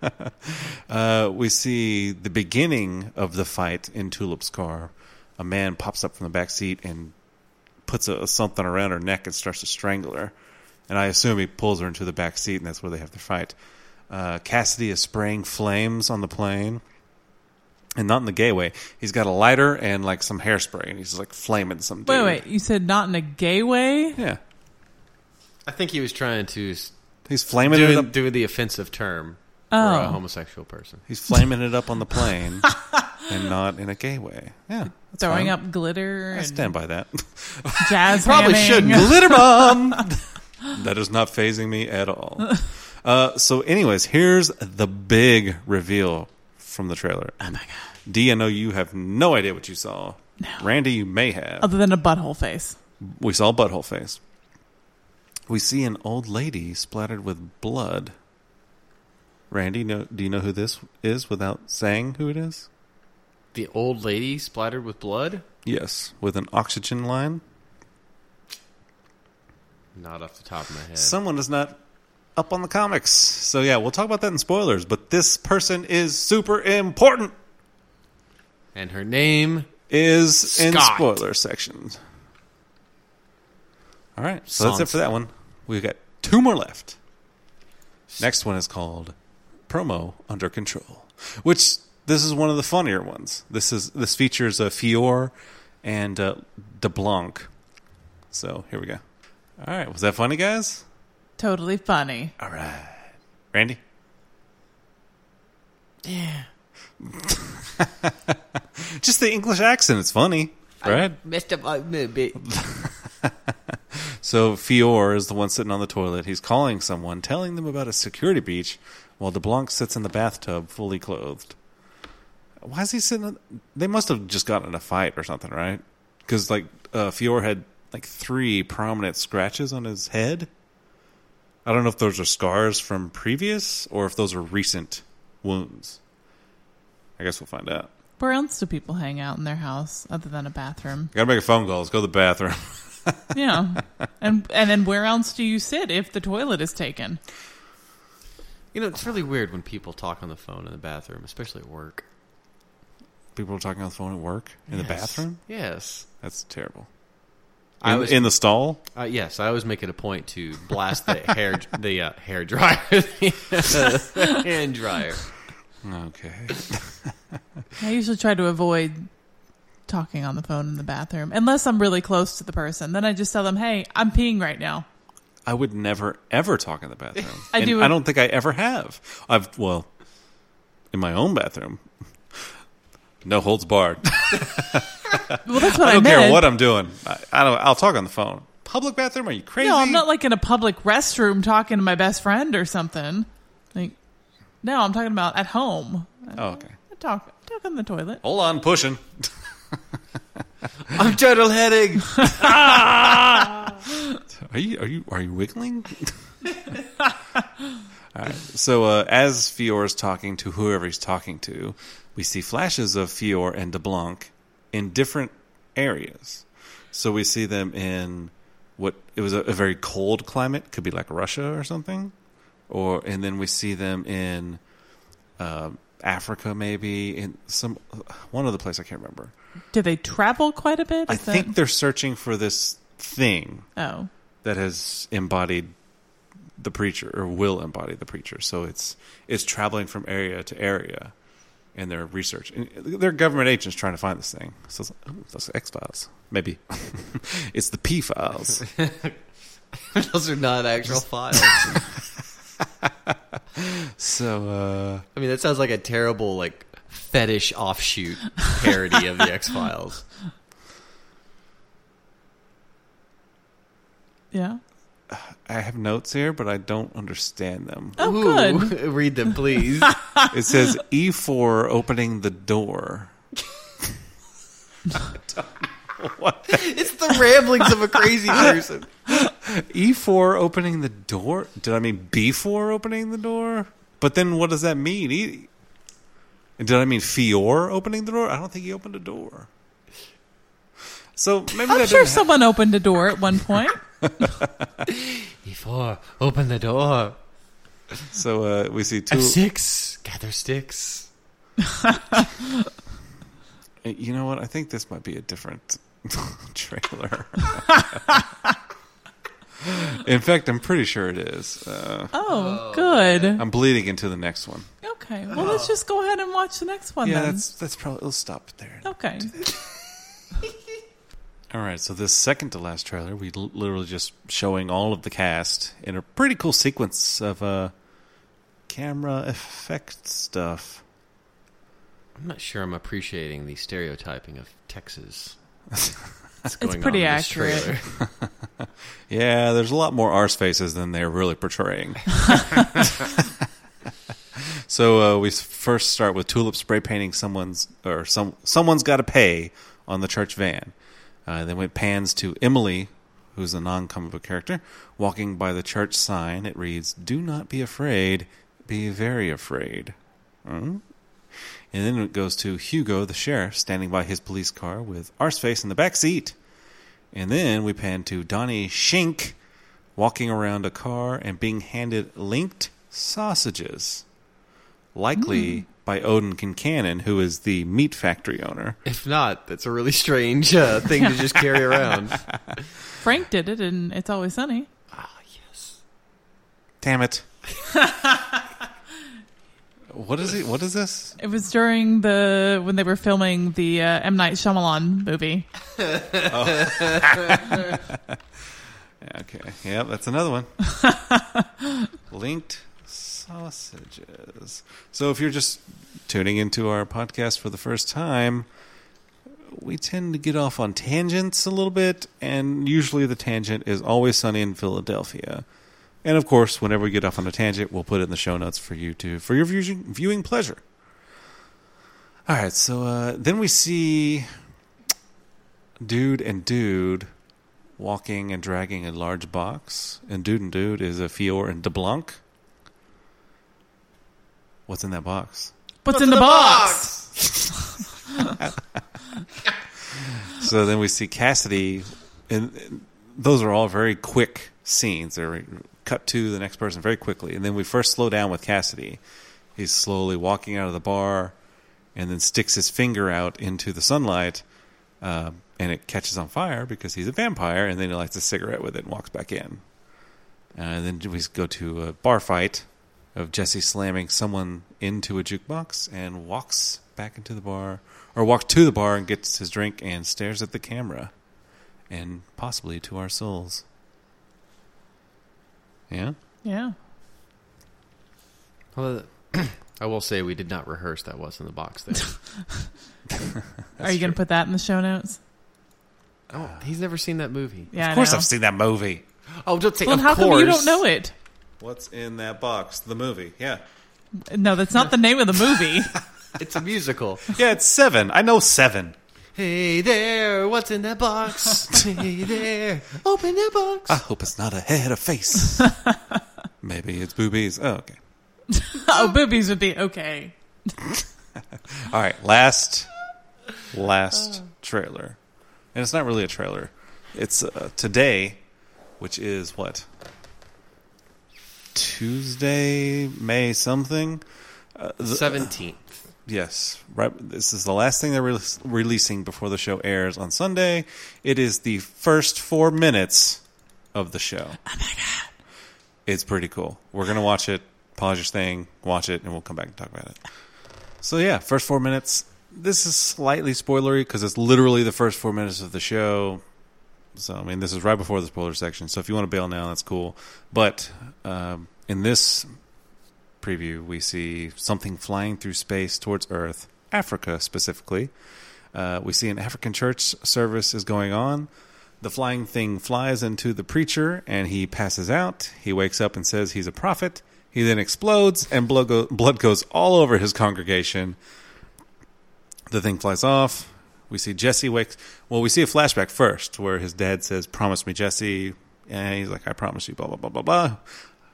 <laughs> uh, we see the beginning of the fight in Tulip's car. A man pops up from the back seat and puts a, something around her neck and starts to strangle her. And I assume he pulls her into the back seat, and that's where they have their fight. Uh, Cassidy is spraying flames on the plane, and not in the gay way. He's got a lighter and like some hairspray, and he's like flaming some. Dude.
Wait, wait. You said not in a gay way.
yeah,
I think he was trying to s-
he's flaming it
doing,
up.
doing the offensive term for a
Oh,
homosexual person.
He's flaming it up on the plane, and not in a gay way. Yeah, that's
throwing
fine.
up glitter
I
and
stand by that.
jazz.
Probably
hamming.
shouldn't.
<laughs>
Glitter bomb. that is not phasing me at all. Uh, so, anyways, here's the big reveal from the trailer. Oh my god! D, I know you have no idea what you saw. Randy, you may have.
Other than a butthole face.
We saw butthole face. We see an old lady splattered with blood. Randy, no, do you know who this is without saying who it is?
The old lady splattered with blood.
Yes, with an oxygen line.
Not off the top of my head.
Someone is not up on the comics. So yeah, we'll talk about that in spoilers. But this person is super important.
And her name
Is in
Scott.
spoiler section. All right, so that's it
Sansa.
for that one. We've got two more left. Next one is called promo under control, which this is one of the funnier ones. This is this features uh, Fior and uh, DeBlanc. So here we go. All right, was that funny, guys?
Totally funny.
All right, Randy.
<laughs> Yeah.
Just the English accent. It's funny, right?
messed up a little bit.
<laughs> So Fior is the one sitting on the toilet. He's calling someone, telling them about a security beach, while DeBlanc sits in the bathtub, fully clothed. Why is he sitting? in- They must have just gotten in a fight or something, right? Because like uh, Fior had like three prominent scratches on his head. I don't know if those are scars from previous or if those are recent wounds. I guess we'll find out.
Where else do people hang out in their house other than a bathroom?
Gotta make a phone call. Let's go to the bathroom. <laughs>
<laughs> Yeah. and and then where else do you sit if the toilet is taken?
You know, it's really weird when people talk on the phone in the bathroom, especially at work.
People are talking on the phone at work in the
Yes.
bathroom.
Yes.
That's terrible.
I
In-
was-
in the stall.
Uh, yes, I always make it a point to blast the hair the uh, hair dryer, <laughs> the hand dryer.
Okay.
I usually try to avoid talking on the phone in the bathroom unless I'm really close to the person. Then I just tell them, "Hey, I'm peeing right now."
I would never ever talk in the bathroom.
<laughs> I
And
do-
I don't think I ever have. I've well, in my own bathroom. No holds
<laughs>
barred.
Well, that's what I,
I don't
meant.
care what I'm doing. I, I don't. I'll talk on the phone. Public bathroom? Are you crazy?
No, I'm not like in a public restroom talking to my best friend or something. Like, no, I'm talking about at home.
Oh, okay.
I talk, talk on the toilet.
Hold on, pushing.
I'm turtle heading.
Are you are you are you wiggling? <laughs> All right. So uh, as Fior is talking to whoever he's talking to, we see flashes of Fior and DeBlanc in different areas. So we see them in what it was a, a very cold climate, could be like Russia or something, or and then we see them in uh, Africa, maybe in some one other place I can't remember.
Do they travel quite a bit?
I
Is that-
think they're searching for this thing
Oh,
that has embodied the preacher or will embody the preacher. So it's it's traveling from area to area in their research. And they're government agents trying to find this thing. So it's, oh, those X Files, maybe <laughs> it's the P Files.
<laughs> Those are not actual files.
so uh,
I mean, that sounds like a terrible like fetish offshoot parody of the X <laughs> Files.
yeah.
I have notes here, but I don't understand them.
Oh, good.
<laughs> Read them, please.
It says E four opening the door.
it's the ramblings of a <laughs> crazy person.
E four opening the door. Did I mean B four opening the door? But then what does that mean? E- did I mean Fior opening the door? I don't think he opened a door. So maybe that
I'm
didn't
sure
hap-
someone opened a door at one point.
Before open the door.
So uh, we see
F
two.
six gather sticks.
uh, You know what? I think this might be a different <laughs>
<laughs>
trailer. In fact, I'm pretty sure it is. Uh,
Oh, good.
I'm bleeding into the next one.
Okay. Well, let's just go ahead and watch the next one
Yeah,
then.
that's that's probably. Let's stop there.
Okay.
All right, so this second to last trailer, we l- literally just showing all of the cast in a pretty cool sequence of uh, camera effect stuff.
I'm not sure I'm appreciating the stereotyping of <laughs> Texas.
It's pretty accurate.
Yeah, there's a lot more arse faces than they're really portraying. so uh, we s- first start with Tulip spray painting someone's or some someone's got to pay on the church van. Uh, then it pans to Emily, who's a non-comic book character, walking by the church sign. It reads, "Do not be afraid, be very afraid." Hmm? And then it goes to Hugo, the sheriff, standing by his police car with arseface in the back seat. And then we pan to Donnie Shink walking around a car and being handed linked sausages, likely by Odin Kincannon, who is the meat factory owner.
If not, that's a really strange uh, thing to just <laughs> carry around.
Frank did it, and it's always sunny.
Ah, yes.
Damn it! what is it? What is this?
It was during the when they were filming the uh, M Night Shyamalan movie.
Okay, yeah, that's another one. linked sausages. So if you're just tuning into our podcast for the first time. We tend to get off on tangents a little bit, and usually the tangent is always sunny in Philadelphia. And of course, whenever we get off on a tangent, we'll put it in the show notes for you to for your viewing, viewing pleasure. All right, so uh, then we see dude and dude walking and dragging a large box, and dude and dude is a Fior and DeBlanc. What's in that box?
What's, in the, box?
So then we see Cassidy, and and those are all very quick scenes. They're cut to the next person very quickly. And then we first slow down with Cassidy. He's slowly walking out of the bar and then sticks his finger out into the sunlight, uh, and it catches on fire because he's a vampire. And then he lights a cigarette with it and walks back in. Uh, and then we go to a bar fight of Jesse slamming someone into a jukebox and walks back into the bar, or walks to the bar and gets his drink and stares at the camera, and possibly to our souls. Yeah,
Yeah.
Well, <clears throat> I will say we did not rehearse that was in the box there. <laughs>
Are you going to put that in the show notes?
oh, he's never seen that movie.
Yeah,
of course
I know.
I've seen that movie.
Oh, don't say
Well,
of
how
course.
come you don't know it?
What's in that box? The movie. Yeah,
No, that's not the name of the movie.
It's a musical.
<laughs> yeah, it's seven. I know seven.
hey there, what's in that <laughs> box? hey there, open that box.
I hope it's not a head or
<laughs>
face. Maybe it's boobies. Oh, okay.
oh, boobies would be okay.
All right, last last trailer, and it's not really a trailer. It's uh, today, which is what Tuesday, May something.
Seventeenth.
Yes, right. This is the last thing they're releas- releasing before the show airs on Sunday. It is the first four minutes of the show. Oh my god, it's pretty cool. We're gonna watch it. Pause your thing, watch it, and we'll come back and talk about it. So yeah, first four minutes. This is slightly spoilery because it's literally the first four minutes of the show. So I mean, this is right before the spoiler section. So if you want to bail now, that's cool. But um, in this preview, we see something flying through space towards Earth, Africa specifically. Uh, we see an African church service is going on. The flying thing flies into the preacher and he passes out. He wakes up and says he's a prophet. He then explodes and blood, go- blood goes all over his congregation. The thing flies off. We see Jesse wakes. Well, we see a flashback first where his dad says, Promise me, Jesse. And he's like, I promise you, blah, blah, blah, blah, blah.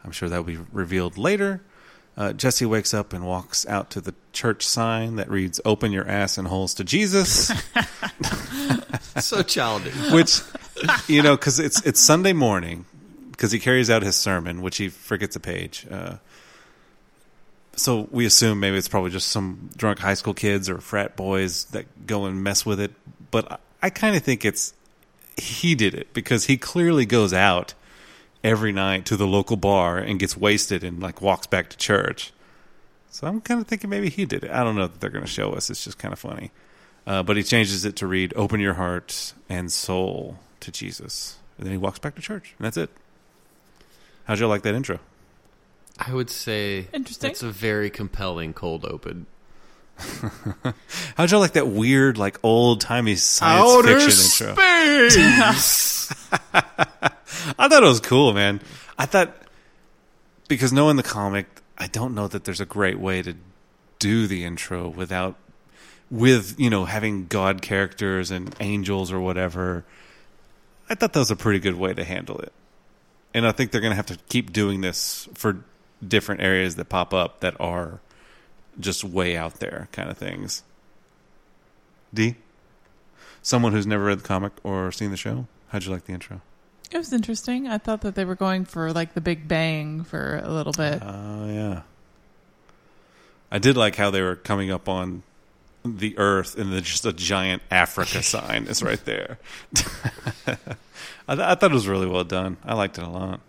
I'm sure that'll be revealed later. Uh, Jesse wakes up and walks out to the church sign that reads, Open your ass and holes to Jesus.
<laughs> so childish.
<laughs> which you know because it's it's sunday morning because he carries out his sermon which he forgets a page uh, so we assume maybe it's probably just some drunk high school kids or frat boys that go and mess with it but i, I kind of think it's he did it because he clearly goes out every night to the local bar and gets wasted and like walks back to church so i'm kind of thinking maybe he did it i don't know that they're going to show us it's just kind of funny uh, but he changes it to read, Open your heart and soul to Jesus. And then he walks back to church, and that's it. How'd you like that intro?
I would say
Interesting.
That's a very compelling cold open.
How'd you like that weird, like old timey science fiction intro?
space.
I thought it was cool, man. I thought because knowing the comic, I don't know that there's a great way to do the intro without with, you know, having god characters and angels or whatever. I thought that was a pretty good way to handle it. And I think they're going to have to keep doing this for different areas that pop up that are just way out there kind of things. D? Someone who's never read the comic or seen the show, how'd you like the intro?
It was interesting. I thought that they were going for like the Big Bang for a little bit.
Oh yeah. I did like how they were coming up on the Earth, and then just a giant Africa sign is right there. <laughs> I, th- I thought it was really well done. I liked it a lot.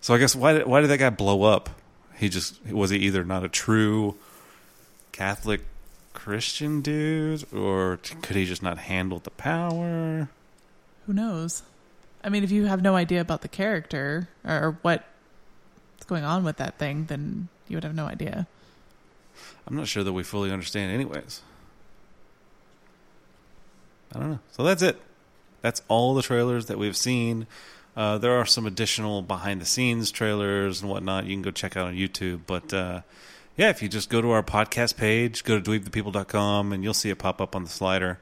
So I guess why did, why did that guy blow up? He just was he either not a true Catholic Christian dude, or t- could he just not handle the power?
Who knows? I mean, if you have no idea about the character or, or what's going on with that thing, then you would have no idea.
I'm not sure that we fully understand, anyways. I don't know. So that's it. That's all the trailers that we've seen. Uh, there are some additional behind the scenes trailers and whatnot you can go check out on YouTube. But uh, yeah, if you just go to our podcast page, go to dweebthepeople.com, and you'll see it pop up on the slider.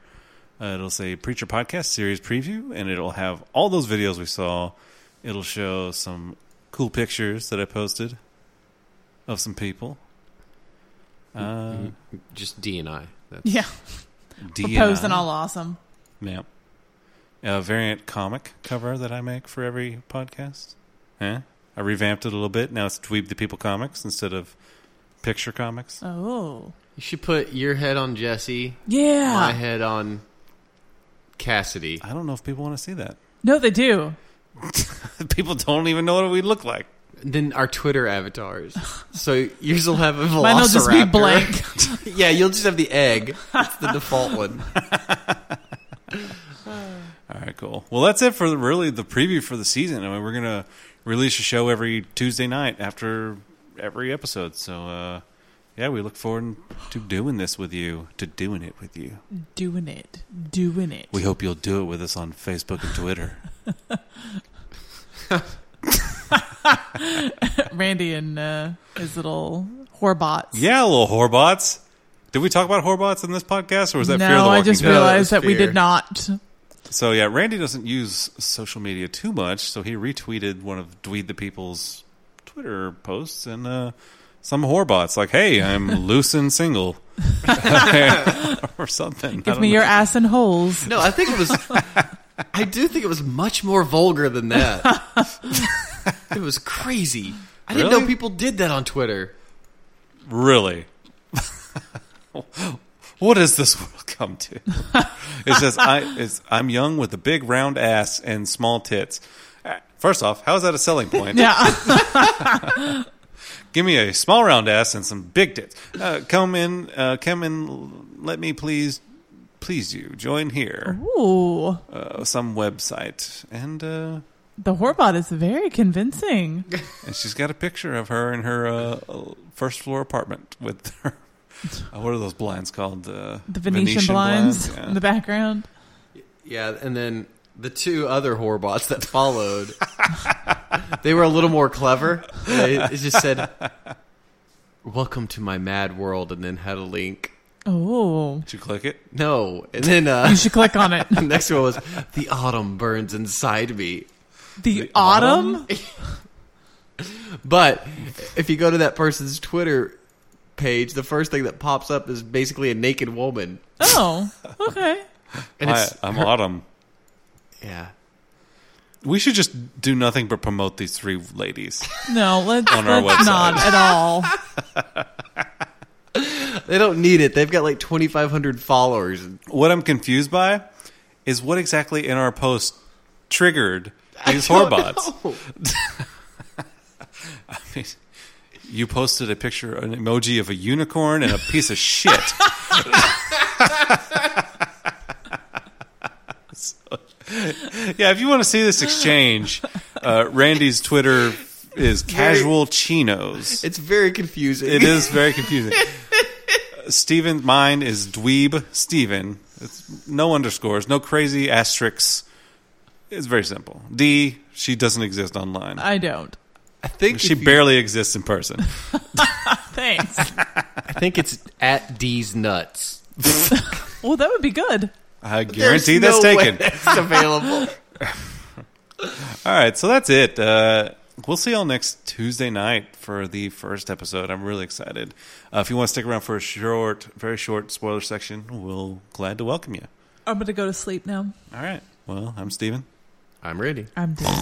Uh, it'll say Preacher Podcast Series Preview, and it'll have all those videos we saw. It'll show some cool pictures that I posted of some people. Uh,
Just D and I. That's
Yeah.
D&I.
Proposed and all awesome.
Yeah. A variant comic cover that I make for every podcast. Yeah. I revamped it a little bit. Now it's Dweeb the People comics instead of picture comics.
Oh.
You should put your head on Jesse,
Yeah.
my head on Cassidy.
I don't know if people want to see that. <laughs>
No, they do.
people don't even know what we look like.
Then our Twitter
<laughs>
avatars. So yours will have a velociraptor.
Mine will just be
<laughs>
<laughs>
blank.
yeah, you'll just have the egg. It's the default one.
All right, cool. Well, that's it for the, really the preview for the season. I mean, we're gonna release a show every Tuesday night after every episode. So, uh, yeah, we look forward to doing this with you, to doing it with you.
Doing it. Doing it.
We hope you'll do it with us on Facebook and Twitter.
<laughs> Randy and uh, his little whorebots.
Yeah, little whorebots. Did we talk about whorebots in this podcast, or was that
no,
Fear the Walking
I just
Dead?
No, that was
realized that we
Fear.
did not.
So yeah, Randy doesn't use social media too much, so he retweeted one of Dweed the People's Twitter posts and uh, some whorebots like, "Hey,
<laughs>
I'm loose and single," <laughs> or something. I
Give
don't
me
know.
your ass
<laughs>
and holes.
No, I think it was. I do think it was much more vulgar than
<laughs>
that. it was crazy. I didn't
Really?
know people did that on Twitter.
Really? <laughs> what does this world come to? It says I it's, I'm young with a big round ass and small tits. Uh, First off, how is that a selling point?
Yeah.
Give me a small round ass and some big tits. Uh, come in, uh, come in. Let me please, please you join here.
Ooh.
Uh, some website, and uh,
The whorebot is
<laughs>
very convincing.
and she's got a picture of her in her uh, first floor apartment with <laughs> her. Uh, what are those blinds called? Uh,
The Venetian, blinds
yeah.
in the background.
Yeah, and then the two other whorebots that
<laughs>
followed, they were a little more clever. They it just said, "Welcome to my mad world," and then had a link.
Oh.
Did you click it?
No, and then
You
uh,
should click on it.
<laughs> the next one was, "The autumn burns inside me."
<laughs> The,
autumn?
autumn?
But if you go to that person's Twitter page, the first thing that pops up is basically a naked woman,
Oh. Okay.
and
Hi,
it's
I'm Autumn.
yeah.
We should just do nothing but promote these three ladies.
No, let's,
On our
let's
website.
not at <laughs> all.
They don't need it. They've got like twenty five hundred followers.
What I'm confused by is what exactly in our post triggered these whorebots.
No.
<laughs> You posted a picture, an emoji of a unicorn and a piece of shit. So- yeah, if you want to see this exchange, uh, Randy's Twitter is casual chinos.
It's very confusing.
It is very confusing. Uh, Steven, mine is dweeb Steven. It's no underscores, no crazy asterisks. It's very simple. D, she doesn't exist online.
I don't.
I <laughs> think
she
<laughs> if you-
barely exists in person.
Thanks.
I think it's at D's nuts.
Well, that would be good.
I guarantee
There's
that's
no way
taken.
That's available.
All right, so that's it. Uh, we'll see y'all next Tuesday night for the first episode. I'm really excited. Uh, if you want to stick around for a short, very short spoiler section, we'll glad to welcome you.
I'm going to go to sleep now.
All right. Well, I'm Steven.
<laughs> I'm ready.
I'm dead.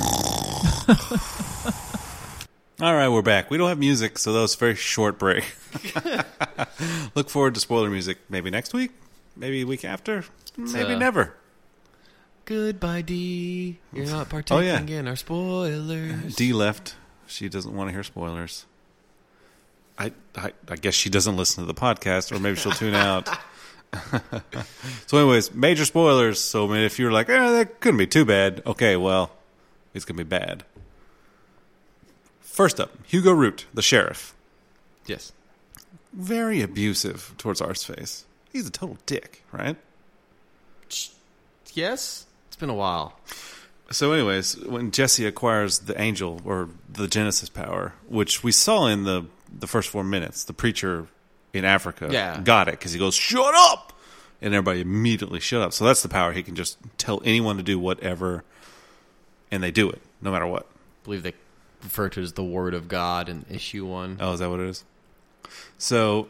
All right, we're back. We don't have music, so that was a very short break. <laughs> Look forward to spoiler music maybe next week, maybe week after, maybe
uh,
never.
Goodbye, D. You're not partaking
Oh, yeah.
in our spoilers.
D left. She doesn't want to hear spoilers. I, I I guess she doesn't listen to the podcast, or maybe she'll tune out. <laughs> so, anyways, major spoilers. So, I mean, if you're like, eh, that couldn't be too bad. Okay, well, it's gonna be bad. First up, Hugo Root, the sheriff,
Yes.
very abusive towards Arseface. He's a total dick, right?
Yes. It's been a while.
So, anyways, when Jesse acquires the angel or the Genesis power, which we saw in the the first four minutes, the preacher in Africa
Yeah.
got it because he goes, "Shut up!" and everybody immediately shut up. So that's the power; he can just tell anyone to do whatever, and they do it no matter what.
believe they refer to it as the Word of God in issue one.
Oh, is that what it is? So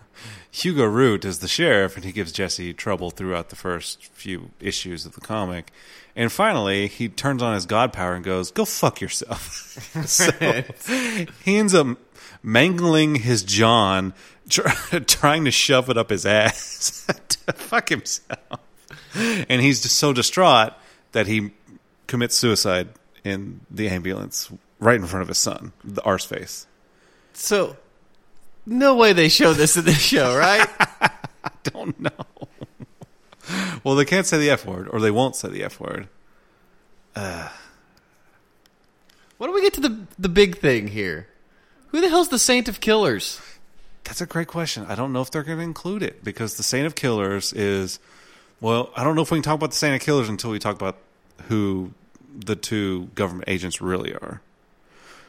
<laughs> Hugo Root is the sheriff, and he gives Jesse trouble throughout the first few issues of the comic. And finally, he turns on his god power and goes, "Go fuck yourself." <laughs> so he ends up mangling his John, try, <laughs> trying to shove it up his ass <laughs> to fuck himself. And he's just so distraught that he commits suicide in the ambulance right in front of his son, the arseface.
So, no way they show this in the show, <laughs> right?
don't know. well, they can't say the F word, or they won't say the F word.
Why don't we get to the the big thing here? Who the hell's the Saint of Killers?
That's a great question. I don't know if they're going to include it because the Saint of Killers is. Well, I don't know if we can talk about the Saint of Killers until we talk about who the two government agents really are.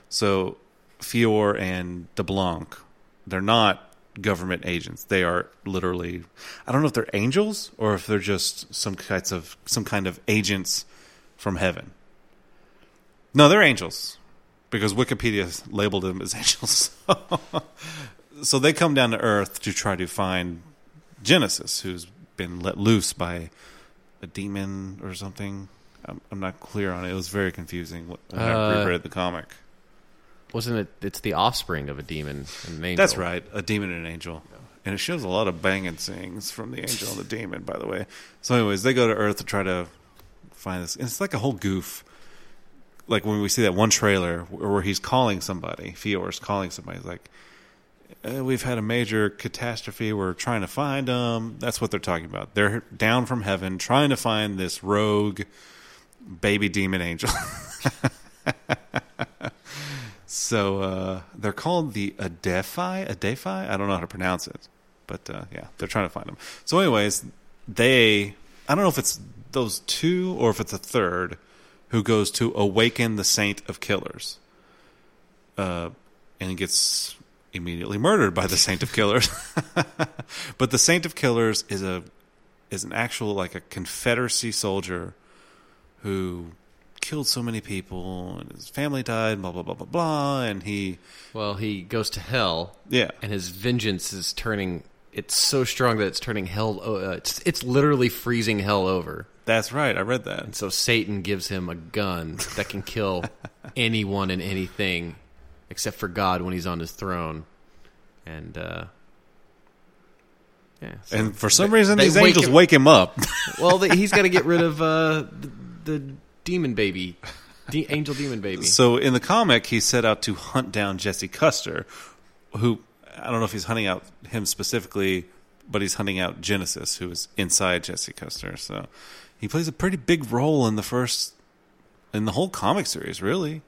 So, Fior and DeBlanc, they're not government agents. They are literally. I don't know if they're angels or if they're just some kinds of some kind of agents from heaven. No, they're angels because Wikipedia <laughs> labeled them as angels. <laughs> so they come down to Earth to try to find Genesis, who's been let loose by a demon or something. I'm, I'm not clear on it. It was very confusing when I
Uh,
reread the comic.
Wasn't it? It's the offspring of a demon and an angel.
That's right, a demon and an angel. And it shows a lot of banging scenes from the angel
<laughs>
and the demon, by the way. So, anyways, they go to Earth to try to find this. And it's like a whole goof. Like when we see that one trailer where where he's calling somebody, Fior's calling somebody, he's like, "Uh, We've had a major catastrophe. We're trying to find them. That's what they're talking about. They're down from heaven trying to find this rogue baby demon angel. So uh, they're called the Adefi. Adefi. I don't know how to pronounce it, but uh, yeah, they're trying to find them. So, anyways, they. I don't know if it's those two or if it's a third who goes to awaken the Saint of Killers, uh, and gets immediately murdered by the Saint of Killers. <laughs> but the Saint of Killers is a is an actual like a Confederacy soldier who killed so many people and his family died, blah blah blah blah blah, and he
Well, he goes to hell,
yeah.
and his vengeance is turning. It's so strong that it's turning hell. o- Uh, it's it's literally freezing hell over.
That's right. I read that.
And so Satan gives him a gun that can <laughs> kill anyone and anything except for God when he's on his throne. And uh yeah. so-
And for some
They-
reason
they
these
wake
angels
him-
wake him up. <laughs>
well, the, he's got to get rid of uh the, the demon baby. De- angel demon baby.
so in the comic he set out to hunt down Jesse Custer, who I don't know if he's hunting out him specifically, but he's hunting out Genesis, who is inside Jesse Custer. So he plays a pretty big role in the first in the whole comic series, really.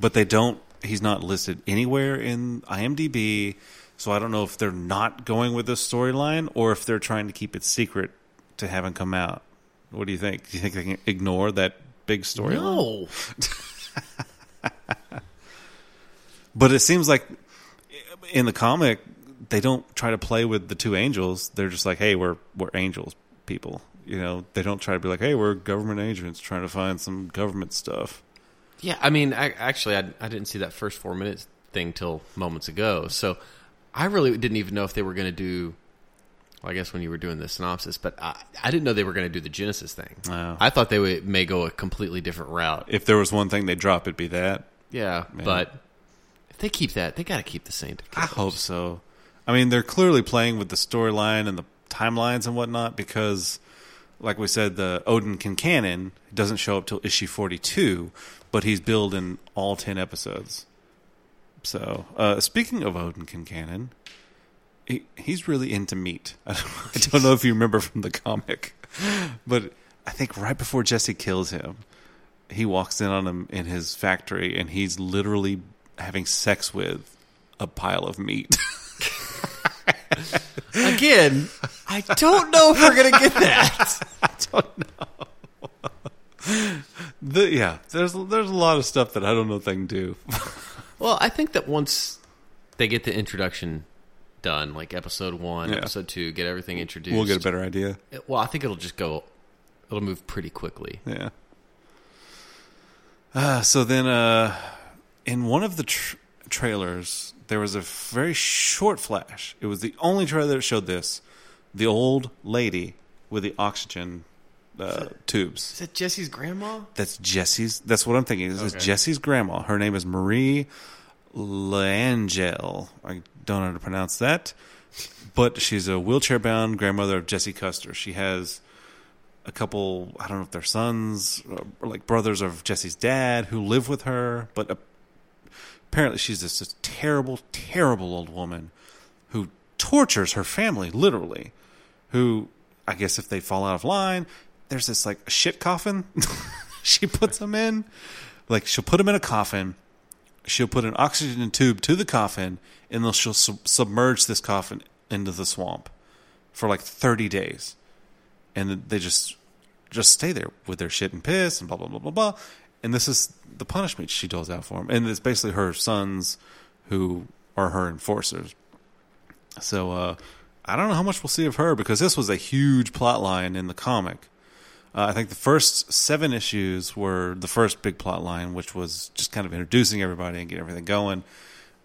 But they don't he's not listed anywhere in IMDb. So I don't know if they're not going with this storyline or if they're trying to keep it secret to have him come out. What do you think? Do you think they can ignore that big storyline?
no.
But it seems like in the comic they don't try to play with the two angels. They're just like, hey, we're we're angels, people. You know, they don't try to be like, hey, we're government agents trying to find some government stuff.
Yeah, I mean, I, actually, I, I didn't see that first four minutes thing till moments ago. So I really didn't even know if they were going to do Well, I guess when you were doing the synopsis, but I, I didn't know they were going to do the Genesis thing.
Oh.
I thought they would, may go a completely different route.
If there was one thing they drop, it'd be that.
Yeah, but if they keep that, they got to keep the same.
I hope so. I mean, they're clearly playing with the storyline and the timelines and whatnot because, like we said, the Odin can canon doesn't show up till issue forty-two, but he's billed in all ten episodes. So, uh, speaking of Odin can canon, he, he's really into meat. <laughs> I don't, I don't know if you remember from the comic, but I think right before Jesse kills him, he walks in on him in his factory, and he's literally having sex with a pile of meat. <laughs>
Again, <laughs> I don't know if we're going to get that.
The, yeah, there's there's a lot of stuff that I don't know if they can do.
Well, I think that once they get the introduction done, like episode one,
Yeah.
episode two, get everything introduced.
We'll get a better idea.
it- Well, I think it'll just go. It'll move pretty quickly.
Yeah. Uh, so then, uh, in one of the tr- trailers, there was a very short flash. It was the only trailer that showed this: the old lady with the oxygen uh, tubes.
Is that Jesse's grandma?
That's Jesse's. That's what I'm thinking. This is
Okay.
Jesse's grandma. Her name is Marie Langell. I don't know how to pronounce that, but she's a wheelchair bound grandmother of Jesse Custer. She has a couple. I don't know if they're sons or like brothers of Jesse's dad who live with her, but a- apparently she's just this terrible, terrible old woman who tortures her family literally. Who I guess if they fall out of line, there's this like shit coffin <laughs> she puts them in. Like she'll put them in a coffin. She'll put an oxygen tube to the coffin, and then she'll sub- submerge this coffin into the swamp for like thirty days, and then they just just stay there with their shit and piss and blah blah blah blah blah. And this is the punishment she doles out for them, and it's basically her sons who are her enforcers. So uh, I don't know how much we'll see of her because this was a huge plot line in the comic. Uh, I think the first seven issues were the first big plot line, which was just kind of introducing everybody and getting everything going.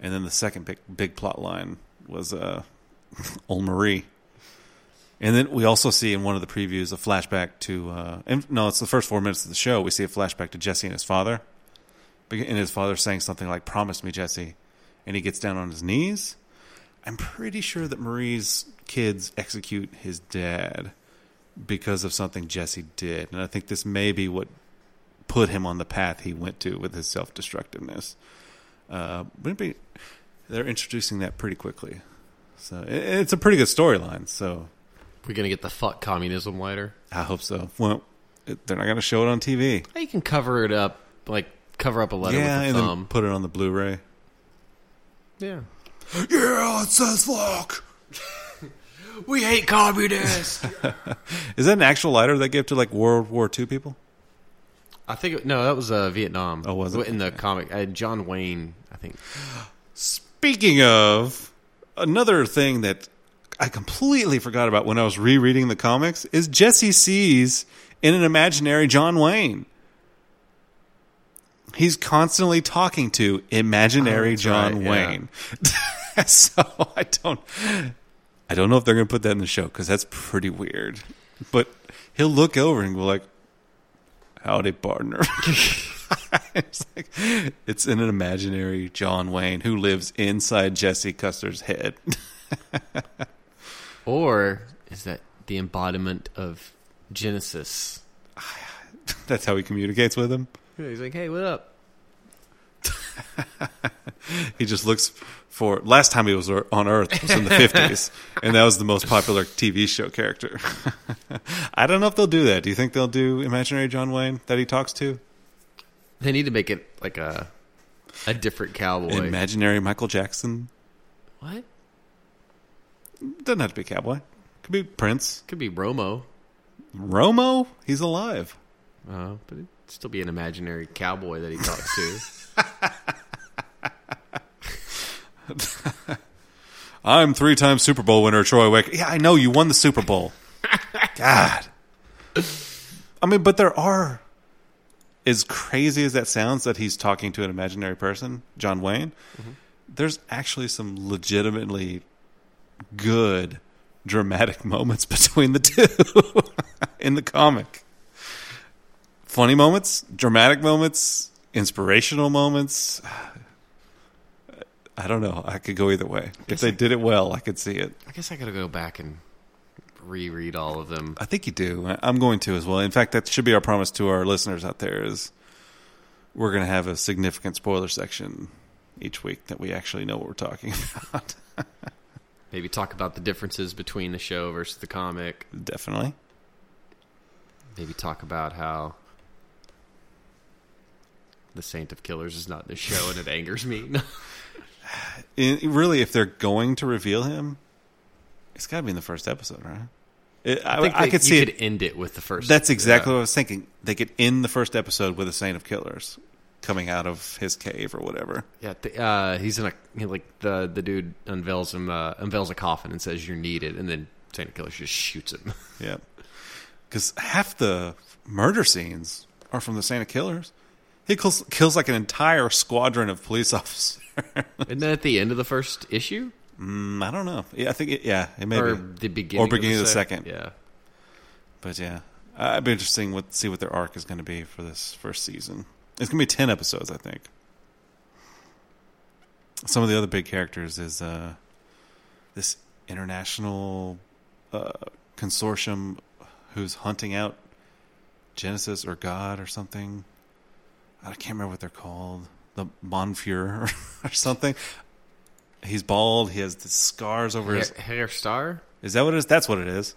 And then the second big, big plot line was uh, <laughs> Old Marie. And then we also see in one of the previews a flashback to, uh, and no, it's the first four minutes of the show. We see a flashback to Jesse and his father. Be- And his father saying something like, Promise me, Jesse. And he gets down on his knees. I'm pretty sure that Marie's kids execute his dad because of something Jesse did. And I think this may be what put him on the path he went to with his self destructiveness. Uh, but it'd be, they're introducing that pretty quickly. So it, it's a pretty good storyline. So
We're gonna get the fuck communism later.
I hope so. Well, it, they're not going to show it on TV.
You can cover it up, like cover up a letter
Yeah,
with
and
a
then
thumb.
put it on the Blu ray.
yeah.
Yeah, it says fuck.
We hate communists.
Is that an actual lighter they gave to like World War II people?
<laughs> I think it- no, that was uh, Vietnam.
Oh, was it?
in the comic? Uh, John Wayne, I think.
Speaking of, another thing that I completely forgot about when I was rereading the comics is Jesse sees in an imaginary John Wayne. He's constantly talking to imaginary
Oh, that's
John
right, yeah.
Wayne. <laughs> so I don't I don't know if they're going to put that in the show cuz that's pretty weird. But he'll look over and go like howdy partner. <laughs> it's like it's in an imaginary John Wayne who lives inside Jesse Custer's head. <laughs>
Or is that the embodiment of Genesis?
That's how he communicates with him.
Yeah, he's like, hey, what up?
He just looks for last time he was er, on Earth was in the fifties, and that was the most popular TV show character. <laughs> I don't know if they'll do that. Do you think they'll do imaginary John Wayne that he talks to?
They need to make it like a a different cowboy.
Imaginary Michael Jackson
what?
doesn't have to be cowboy. Could be Prince.
Could be Romo,
Romo, he's alive.
uh, but it'd still be an imaginary cowboy that he talks to.
I'm three time Super Bowl winner Troy Wick. Yeah, I know you won the Super Bowl. God. I mean, but there are as crazy as that sounds that he's talking to an imaginary person, John Wayne, there's actually some legitimately good dramatic <laughs> moments between the two <laughs> in the comic. Funny moments, dramatic moments, inspirational moments. I don't know. I could go either way. If they did it well, I could see it.
<laughs> I guess I gotta go back and reread all of them.
I think you do. I- I'm going to as well. In fact, that should be our promise to our listeners out there is we're going to have a significant spoiler section each week that we actually know what we're talking <laughs> about.
Maybe talk about the differences between the show versus the comic.
Definitely.
Maybe talk about how the Saint of Killers is not in the show and it angers me. <laughs>
I really, if they're going to reveal him, it's got to be in the first episode, right? It, I, I,
think they-
could
you
see
could
it.
end it with the first.
That's exactly
yeah.
what I was thinking. They could end the first episode with a saint of killers coming out of his cave or whatever.
Yeah, th- uh, he's in a he, like the the dude unveils him uh, unveils a coffin and says you're needed, and then Saint Killer just shoots him. <laughs>
Yeah. Because half the murder scenes are from the Santa Killers. He kills, kills like an entire squadron of police <laughs> officers.
Isn't that at the end of the first issue
Mm, I don't know. Yeah, I think, it, yeah, it may
or
be.
the beginning
Or beginning of the
sec-
second.
Yeah,
But yeah, I- I'd be interesting what see what their arc is going to be for this first season. It's going to be ten episodes, I think. Some of the other big characters is uh, this international uh, consortium who's hunting out Genesis or God or something. I can't remember what they're called. The Monfure <laughs> or, or something. He's bald. He has the scars over his
Hair, Hair Star.
is that what it is? That's what it is.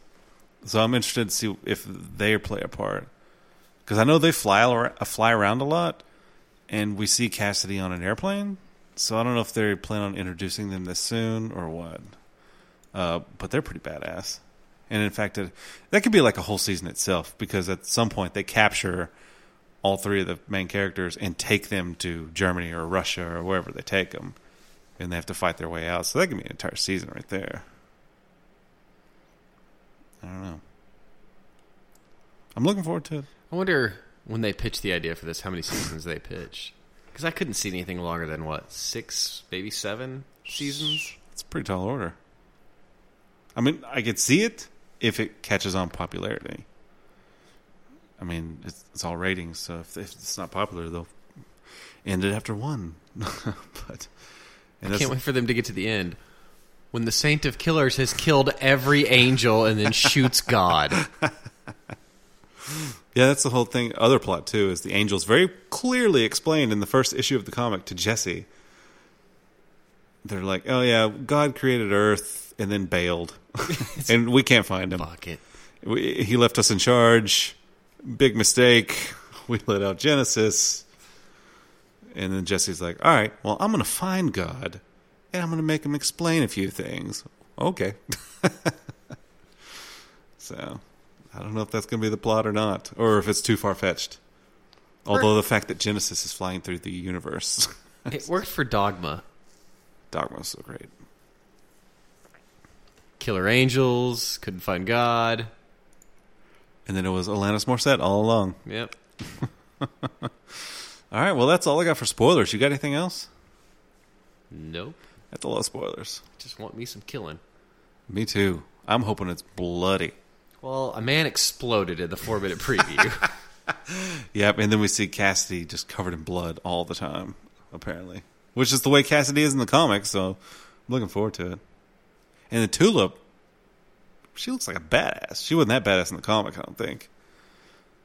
So I'm interested to see if they play a part because I know they fly al- uh, fly around a lot, and we see Cassidy on an airplane. So I don't know if they plan on introducing them this soon or what. Uh, but they're pretty badass, and in fact, it, that could be like a whole season itself because at some point they capture all three of the main characters and take them to Germany or Russia or wherever they take them, and they have to fight their way out. So that could be an entire season right there. I don't know. I'm looking forward to it.
I wonder when they pitched the idea for this, how many seasons they pitched. Because I couldn't see anything longer than what six, maybe seven seasons.
It's a pretty tall order. I mean, I could see it if it catches on popularity. I mean, it's, it's all ratings, so if, if it's not popular, they'll end it after one. <laughs> but and
I
that's-
can't wait for them to get to the end. When the Saint of Killers has killed every angel and
<laughs>
then shoots God.
Yeah, that's the whole thing. Other plot too is the angels very clearly explained in the first issue of the comic to Jesse. They're like, "Oh yeah, God created Earth and then
<laughs>
bailed, <laughs> and we can't find him.
Fuck it.
We, he left us in charge. Big mistake. <laughs> We let out Genesis." And then Jesse's like, "All right, well, I'm going to find God, and I'm going to make him explain a few things." Okay. <laughs> so, I don't know if that's going to be the plot or not, or if it's too far fetched. Although the fact that Genesis is flying through the universe, <laughs>
It worked for Dogma.
Dogma was so great.
Killer angels, couldn't find God.
And then it was Alanis Morissette all along.
Yep.
All right, well, that's all I got for spoilers. You got anything else?
Nope.
That's a lot of spoilers.
Just want me some killing.
Me too. I'm hoping it's bloody.
Well, a man exploded in the four
<laughs>
minute preview.
Yep, and then we see Cassidy just covered in blood all the time, apparently. Which is the way Cassidy is in the comics, so I'm looking forward to it. And the Tulip, she looks like a badass. She wasn't that badass in the comic, I don't think.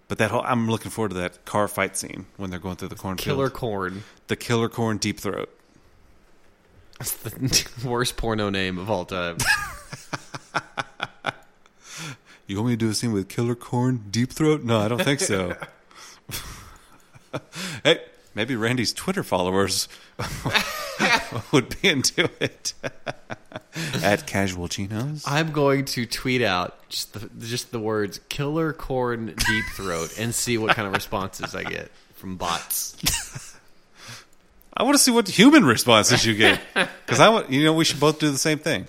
But that whole I'm looking forward to that car fight scene when they're going through the cornfield.
Killer corn.
the killer corn deep throat.
That's the <laughs> worst porno name of all time.
You want me to do a scene with killer corn deep throat? No, I don't think so. hey, maybe Randy's Twitter followers <laughs> would be into it. <laughs> At Casual Chinos.
I'm going to tweet out just the, just the words "killer corn deep throat" and see what kind of responses I get from bots.
I want to see what human responses you get because I want you know we should both do the same thing.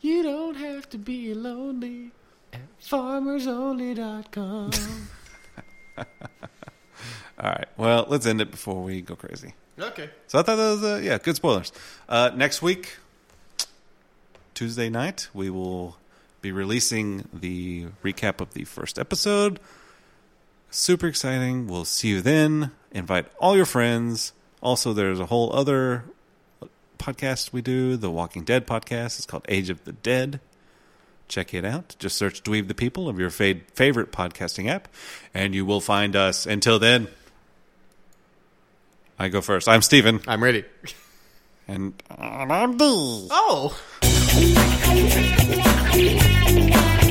You don't have to <laughs> be lonely at farmersonly.com.
All right, well let's end it before we go crazy.
okay.
So I thought that was uh, yeah good spoilers. Uh, next week Tuesday night, we will be releasing the recap of the first episode. Super exciting. We'll see you then. Invite all your friends. Also, there's a whole other podcast we do, the Walking Dead podcast. It's called Age of the Dead. Check it out. Just search Dweeb the People of your fa- favorite podcasting app, and you will find us. Until then, I go first. I'm Steven.
I'm ready.
And, and I'm Dee.
Oh.
Thank you.